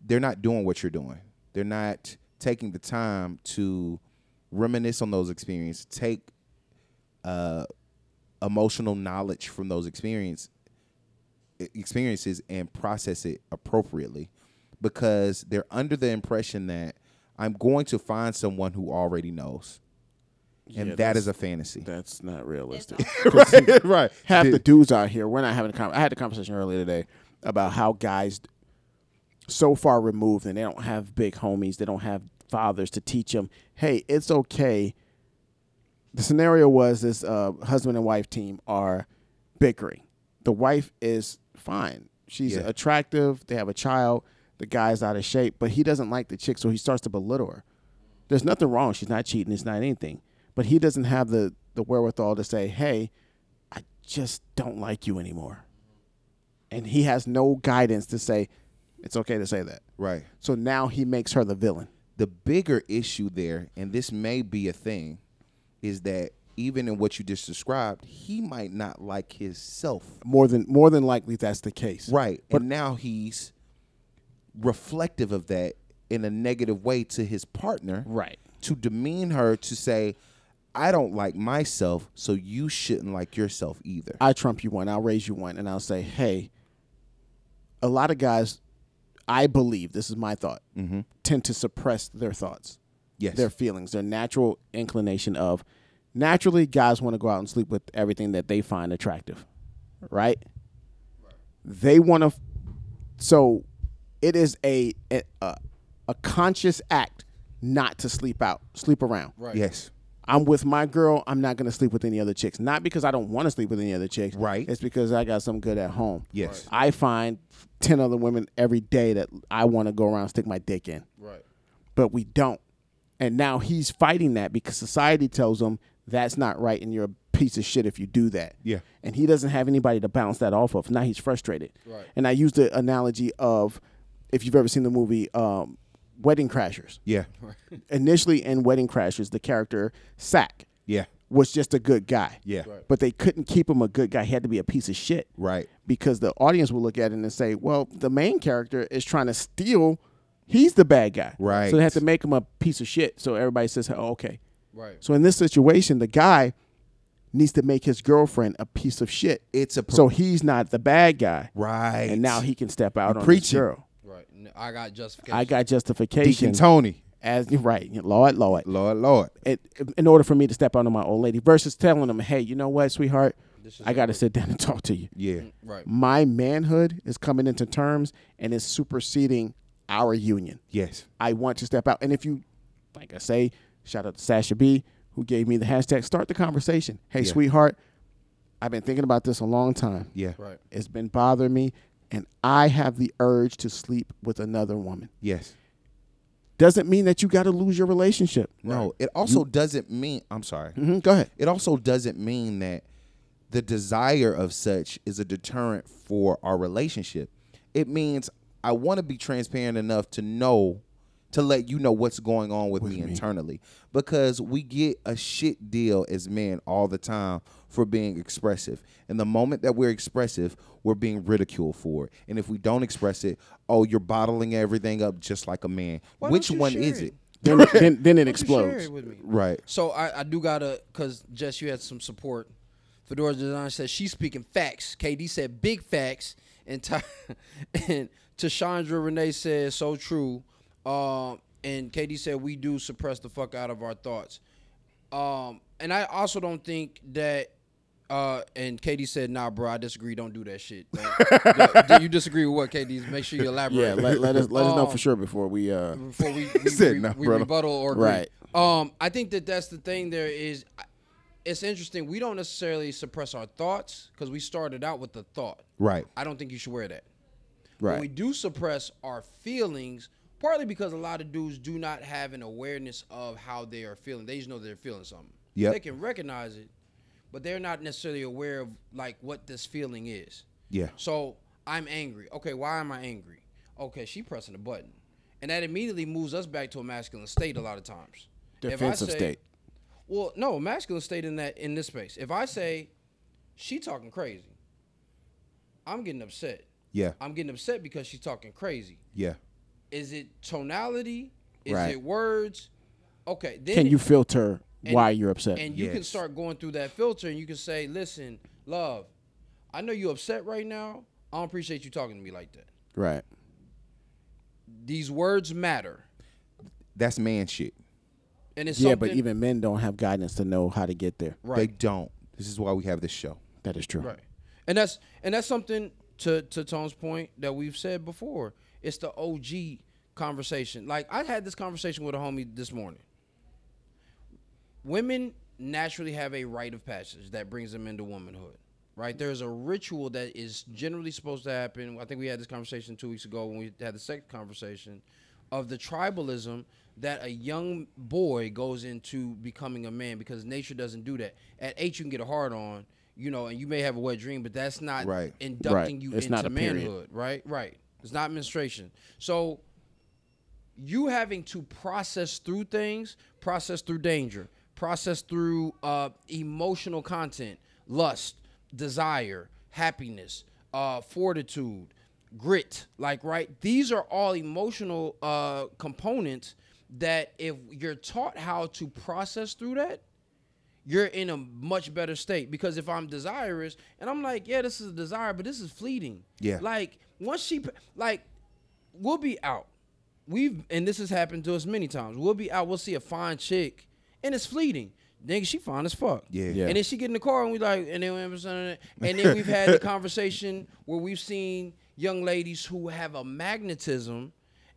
S2: they're not doing what you're doing. They're not taking the time to reminisce on those experiences, take uh, emotional knowledge from those experiences e- experiences and process it appropriately because they're under the impression that I'm going to find someone who already knows. And
S3: Yeah,
S2: that
S3: that's-
S2: is a
S3: <laughs>
S2: fantasy.
S3: That's not realistic.
S2: right, <laughs> right.
S3: half the dudes out here, we're not having a con- I had a conversation earlier today about how guys so far removed and they don't have big homies, they don't have fathers to teach them, hey, it's okay. The scenario was this uh, husband and wife team are bickering. The wife is fine. She's
S2: Yeah.
S3: attractive. They have a child. The guy's out of shape, but he doesn't like the chick, so he starts to belittle her. There's nothing wrong. She's not cheating. It's not anything. But he doesn't have the, the wherewithal to say, hey, I just don't like you anymore. And he has no guidance to say, it's okay to say that.
S2: right.
S3: So now he makes her the villain.
S2: the bigger issue there, and this may be a thing, is that even in what you just described, he might not like himself.
S3: More than more than likely that's the case.
S2: Right. and now he's reflective of that in a negative way to his partner.
S3: Right.
S2: To demean her to say, I don't like myself, so you shouldn't like yourself either.
S3: I trump you one, I'll raise you one, and I'll say, hey, a lot of guys, I believe, this is my thought, tend to suppress their thoughts.
S2: yes.
S3: their feelings, their natural inclination of naturally guys want to go out and sleep with everything that they find attractive, right? They want to so it is a a, a a conscious act not to sleep out, sleep around.
S4: Right.
S2: Yes.
S3: I'm with my girl, I'm not going to sleep with any other chicks. Not because I don't want to sleep with any other chicks.
S2: Right.
S3: It's because I got something good at home.
S2: Yes.
S3: I find 10 other women every day that I want to go around and stick my dick in
S4: Right.
S3: but we don't. And now he's fighting that because society tells him that's not right and you're a piece of shit if you do that.
S2: Yeah.
S3: And he doesn't have anybody to bounce that off of. Now he's frustrated.
S4: Right.
S3: And I use the analogy of if you've ever seen the movie um, Wedding Crashers.
S2: Yeah.
S3: Initially in Wedding Crashers, the character Sack
S2: Yeah.
S3: was just a good guy.
S2: Yeah. Right.
S3: But they couldn't keep him a good guy. He had to be a piece of shit.
S2: Right.
S3: Because the audience would look at it and say, well, the main character is trying to steal. He's the bad guy.
S2: Right.
S3: So they had to make him a piece of shit. So everybody says, oh, okay.
S4: Right.
S3: So in this situation, the guy needs to make his girlfriend a piece of shit.
S2: It's a per-
S3: so he's not the bad guy.
S2: Right.
S3: And now he can step out on his
S2: preaching.
S3: girl.
S4: Right. N- I got justification.
S3: I got justification
S2: Deacon Tony.
S3: as right, Lord, Lord.
S2: Lord, Lord.
S3: It, in order for me to step out on my old lady versus telling him, hey, you know what, sweetheart, I got to sit down and <laughs> talk to you.
S2: Yeah.
S4: right.
S3: My manhood is coming into terms and is superseding our union.
S2: Yes.
S3: I want to step out. And if you, like I say, shout out to Sasha B, who gave me the hashtag, start the conversation. Hey,
S2: Yeah.
S3: sweetheart, I've been thinking about this a long time.
S2: Yeah.
S4: Right.
S3: It's been bothering me, and I have the urge to sleep with another woman.
S2: Yes.
S3: Doesn't mean that you got to lose your relationship.
S2: No, it also doesn't mean I'm sorry.
S3: hmm Go
S2: <laughs>
S3: ahead.
S2: It also doesn't mean that the desire of such is a deterrent for our relationship. It means I want to be transparent enough to know to let you know what's going on with, me, internally because we get a shit deal as men all the time for being expressive. And the moment that we're expressive, we're being ridiculed for it. And if we don't express it, oh, you're bottling everything up just like a man.
S4: Why
S2: Which
S4: don't you
S2: one
S4: share
S2: is
S4: it?
S2: it?
S3: Then, then, then it
S4: Why don't you share
S3: explodes.
S4: it with me?
S2: Right.
S4: So I, I do gotta cause Jess, you had some support. Fedora Design says she's speaking facts. KD said big facts, and Ty- <laughs> and Tashandra Renee says so true. Um, and KD said we do suppress the fuck out of our thoughts. Um, and I also don't think that. Uh, and KD said, "Nah, bro, I disagree. Don't do that shit."
S3: <laughs>
S4: Like, do- do you disagree with what KD's? Make sure you elaborate.
S3: Yeah, let, let us let us know
S4: Um, Mm-hmm.
S3: for sure before we. Uh,
S2: <laughs>
S4: before we, we,
S2: said
S4: we-
S2: no,
S4: we
S2: brother.
S4: rebuttal or agree.
S3: Right.
S4: Um, I think that that's the thing. There is, it's interesting. We don't necessarily suppress our thoughts because we started out with the thought.
S2: Right.
S4: I don't think you should wear that. But
S3: right.
S4: we do suppress our feelings partly because a lot of dudes do not have an awareness of how they are feeling. They just know they're feeling something.
S2: Yep.
S4: They can recognize it, but they're not necessarily aware of like what this feeling is.
S2: Yeah.
S4: So I'm angry. Okay, why am I angry? Okay, she pressing a button, and that immediately moves us back to a masculine state a lot of times. If I
S3: Defensive
S4: say-
S3: state.
S4: Well, no, masculine state in that in this space. If I say she talking crazy, I'm getting upset.
S2: Yeah.
S4: I'm getting upset because she's talking crazy.
S2: Yeah.
S4: Is it tonality? Is
S3: Right.
S4: it words? Okay. Then
S3: Can
S4: it-
S3: you filter
S4: and-
S3: why you're upset?
S4: And you can
S2: Yes.
S4: start going through that filter and you can say, listen, love, I know you upset right now. I don't appreciate you talking to me like that.
S3: right.
S4: These words matter.
S2: That's man shit.
S4: And it's
S3: Yeah,
S4: something,
S3: but even men don't have guidance to know how to get there.
S2: They
S4: right,
S2: don't. This is why we have this show.
S3: That is true.
S4: right. And that's and that's something to to Tone's point that we've said before. It's the OG conversation. Like I had this conversation with a homie this morning. Women naturally have a rite of passage that brings them into womanhood. Right? There's a ritual that is generally supposed to happen. I think we had this conversation 2 weeks ago when we had the sex conversation of the tribalism that a young boy goes into becoming a man because nature doesn't do that. At 8 you can get a hard on, you know, and you may have a wet dream, but that's not
S2: Right.
S4: inducting
S3: Right.
S4: you
S3: It's
S4: into
S3: not a period.
S4: manhood, right? Right. It's not menstruation. So you having to process through things, process through danger, process through uh, emotional content, lust, desire, happiness, uh, fortitude, grit. Like, right? These are all emotional uh, components that if you're taught how to process through that, you're in a much better state because if I'm desirous and I'm like, yeah, this is a desire, but this is fleeting.
S2: Yeah.
S4: Like once she, like, we'll be out. We've and this has happened to us many times. We'll be out. We'll see a fine chick, and it's fleeting. Nigga, she fine as fuck.
S2: Yeah.
S3: Yeah.
S4: And then she get in the car and we like, and then we- and then
S2: <laughs>
S4: we've had the conversation where we've seen young ladies who have a magnetism,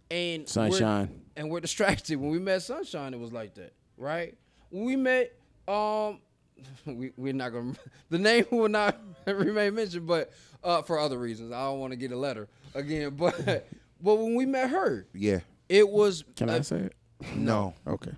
S4: and we're-
S3: Sunshine.
S4: and we're distracted. When we met Sunshine, it was like that, right? When we met, um, <laughs> we we're not gonna <laughs> the name will not <laughs> remain mentioned, but uh, for other reasons, I don't want to get <laughs> a letter again. But but when we met her,
S2: Yeah.
S4: it was
S3: Can
S4: uh,
S3: I say it?
S2: No.
S3: Okay.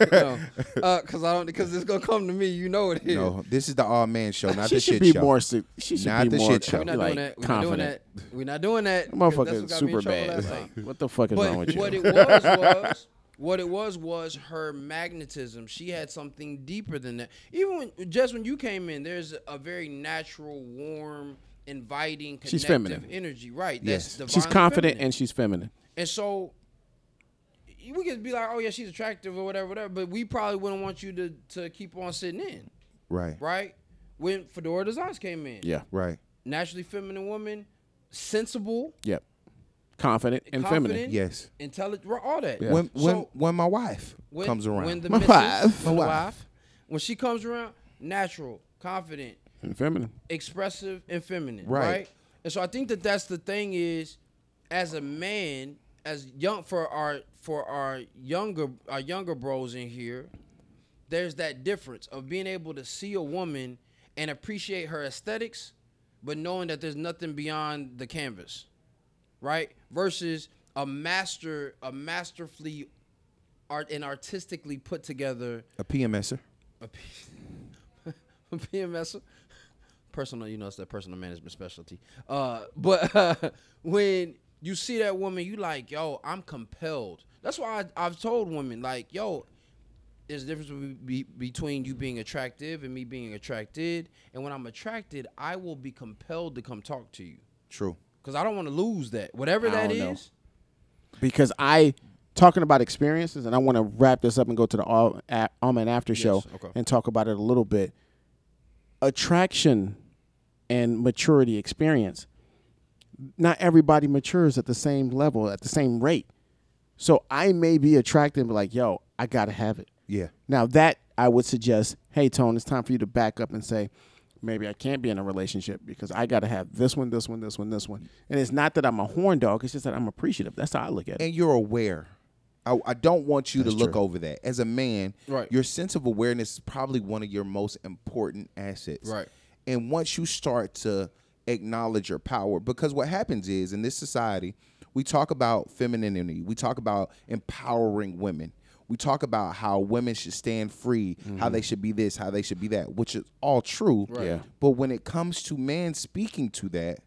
S4: because uh, I don't because it's gonna come to me. You know it is.
S2: <laughs> No, this is the all man show, not
S3: she
S2: the
S3: should
S2: shit
S3: be
S2: show.
S3: more. se- She should
S2: Not
S3: be
S2: the
S3: more.
S2: shit show.
S4: We're not
S3: like,
S4: doing that. We're not doing
S3: confident.
S4: that. We're not doing that.
S3: That
S4: 'cause
S3: motherfucker
S4: that's what
S3: is
S4: got me in
S3: super
S4: trouble
S3: bad.
S4: last
S3: Like,
S4: time.
S3: what the fuck is wrong with
S4: But
S3: you?
S4: what it
S3: <laughs>
S4: was was what it was was her magnetism. She had something deeper than that. Even when just when you came in, there's a very natural, warm, inviting, connective
S3: She's feminine.
S4: energy. Right.
S2: Yes.
S4: That's yes.
S3: she's confident and she's feminine.
S4: And so we could be like, oh yeah, she's attractive or whatever, whatever. But we probably wouldn't want you to to keep on sitting in,
S2: Right.
S4: right? When Fedora Designs came in,
S3: Yeah.
S2: Right.
S4: naturally feminine woman, sensible,
S3: Yep. Confident and feminine.
S4: Confident.
S2: Yes.
S4: intelligent, all that.
S3: Yeah.
S2: When when
S4: So-
S2: when my wife
S4: When-
S2: comes around.
S4: when the
S3: My
S4: missus,
S3: wife.
S2: <laughs>
S4: the
S2: My wife.
S4: wife, when she comes around, natural, confident,
S3: And feminine.
S4: expressive and feminine,
S2: Right.
S4: right. And so I think that that's the thing is, as a man, as young for our for our younger our younger bros in here, there's that difference of being able to see a woman and appreciate her aesthetics, but knowing that there's nothing beyond the canvas, right? Versus a master a masterfully art and artistically put together
S2: a PMSer.
S4: a <laughs> P- a PMS, personal, you know, it's that personal management specialty. Uh, but <laughs> uh, when you see that woman, you like, yo, I'm compelled. That's why I, I've told women, like, yo, there's a difference be, be, between you being attractive and me being attracted. And when I'm attracted, I will be compelled to come talk to you
S2: True.
S4: because I don't want to lose that, whatever
S3: I
S4: that
S3: don't know.
S4: is.
S3: because I talking about experiences, and I want to wrap this up and go to the all a, Alma and After show
S4: okay.
S3: and talk about it a little bit. Attraction and maturity experience. Not everybody matures at the same level at the same rate, so I may be attracted, and be like, "Yo, I gotta have it."
S2: Yeah.
S3: Now that I would suggest, hey Tone, it's time for you to back up and say, maybe I can't be in a relationship because I gotta have this one, this one, this one, this one. And it's not that I'm a horn dog; it's just that I'm appreciative. That's how I look at it.
S2: And you're aware. I, I don't want you to look over that. As a man,
S4: Right.
S2: your sense of awareness is probably one of your most important assets.
S4: Right.
S2: And once you start to acknowledge your power, because what happens is in this society, we talk about femininity, we talk about empowering women, we talk about how women should stand free, how
S4: Mm-hmm.
S2: they should be this, how they should be that, which is all true. Right.
S3: Yeah.
S2: But when it comes to man speaking to that,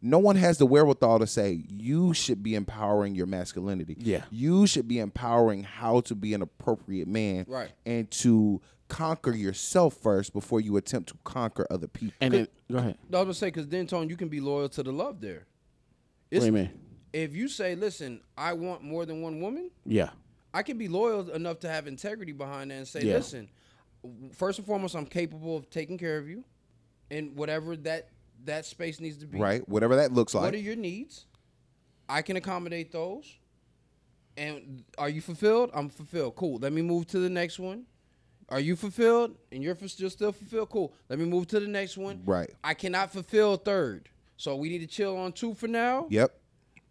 S2: no one has the wherewithal to say you should be empowering your masculinity.
S3: Yeah.
S2: You should be empowering how to be an appropriate man.
S4: Right.
S2: And to conquer yourself first before you attempt to conquer other people.
S3: And then go ahead.
S4: No, I was going to say, because then, Tone, you can be loyal to the love there.
S3: What
S4: It's-
S3: do you mean?
S4: If you say, listen, I want more than one woman,
S3: Yeah,
S4: I can be loyal enough to have integrity behind that and say,
S3: Yeah.
S4: listen, w- first and foremost, I'm capable of taking care of you, and whatever that that space needs to be.
S2: right? Whatever that looks
S4: What
S2: like.
S4: are your needs? I can accommodate those. And are you fulfilled? I'm fulfilled. Cool. Let me move to the next one. Are you fulfilled? And you're fu- still still fulfilled. Cool. Let me move to the next one.
S2: Right.
S4: I cannot fulfill third, so we need to chill on two for now.
S2: yep.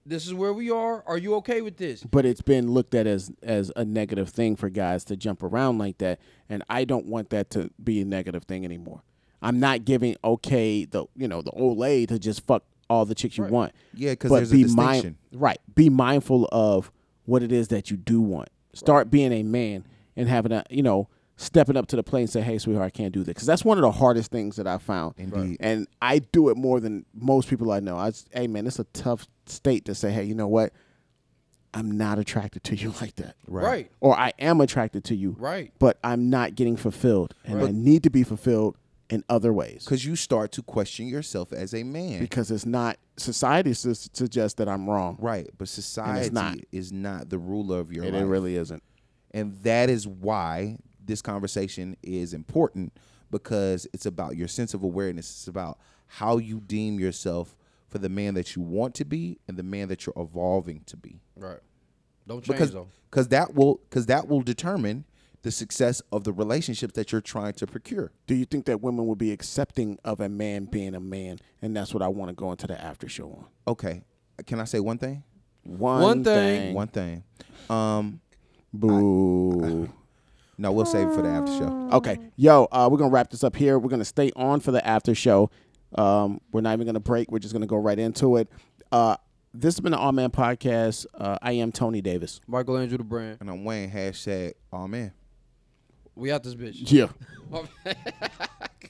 S4: This is where we are. Are you okay with this?
S3: but it's been looked at as as a negative thing for guys to jump around like that, and I don't want that to be a negative thing anymore. I'm not giving okay the you know the Olay to just fuck all the chicks you want.
S2: Yeah, 'cause
S3: But
S2: there's a
S3: be
S2: distinction.
S3: Right. Be mindful of what it is that you do want. Start being a man and having a, you know, stepping up to the plate and say, hey, sweetheart, I can't do this. Because that's one of the hardest things that I found.
S2: Indeed.
S3: And I do it more than most people I know. I, s- hey, man, it's a tough state to say, hey, you know what? I'm not attracted to you <laughs> like that.
S4: Right. right.
S3: Or I am attracted to you.
S4: Right.
S3: But I'm not getting fulfilled. And I need to be fulfilled in other ways
S2: Because you start to question yourself as a man.
S3: because it's not society su- suggests that I'm wrong.
S2: right. But society
S3: not.
S2: is not the ruler of your
S3: And
S2: life.
S3: it really isn't.
S2: And that is why this conversation is important because it's about your sense of awareness. It's about how you deem yourself for the man that you want to be and the man that you're evolving to be.
S4: Right. Don't change
S2: Because
S4: though.
S2: because that will because that will determine the success of the relationships that you're trying to procure.
S3: Do you think that women would be accepting of a man being a man? And that's what I want to go into the after show on.
S2: Okay. Can I say one thing?
S3: One,
S4: One thing.
S3: thing.
S2: One thing. Um
S3: Boo.
S2: no, we'll save it for the after show.
S3: okay. Yo, uh, we're going to wrap this up here. We're going to stay on for the after show. Um, we're not even going to break. We're just going to go right into it. Uh, This has been the All Man Podcast. Uh, I am Tony Davis.
S4: Michelangelo the brand.
S2: And I'm Wayne hashtag. Oh man.
S4: We out this bitch.
S3: Yeah.
S4: My bad.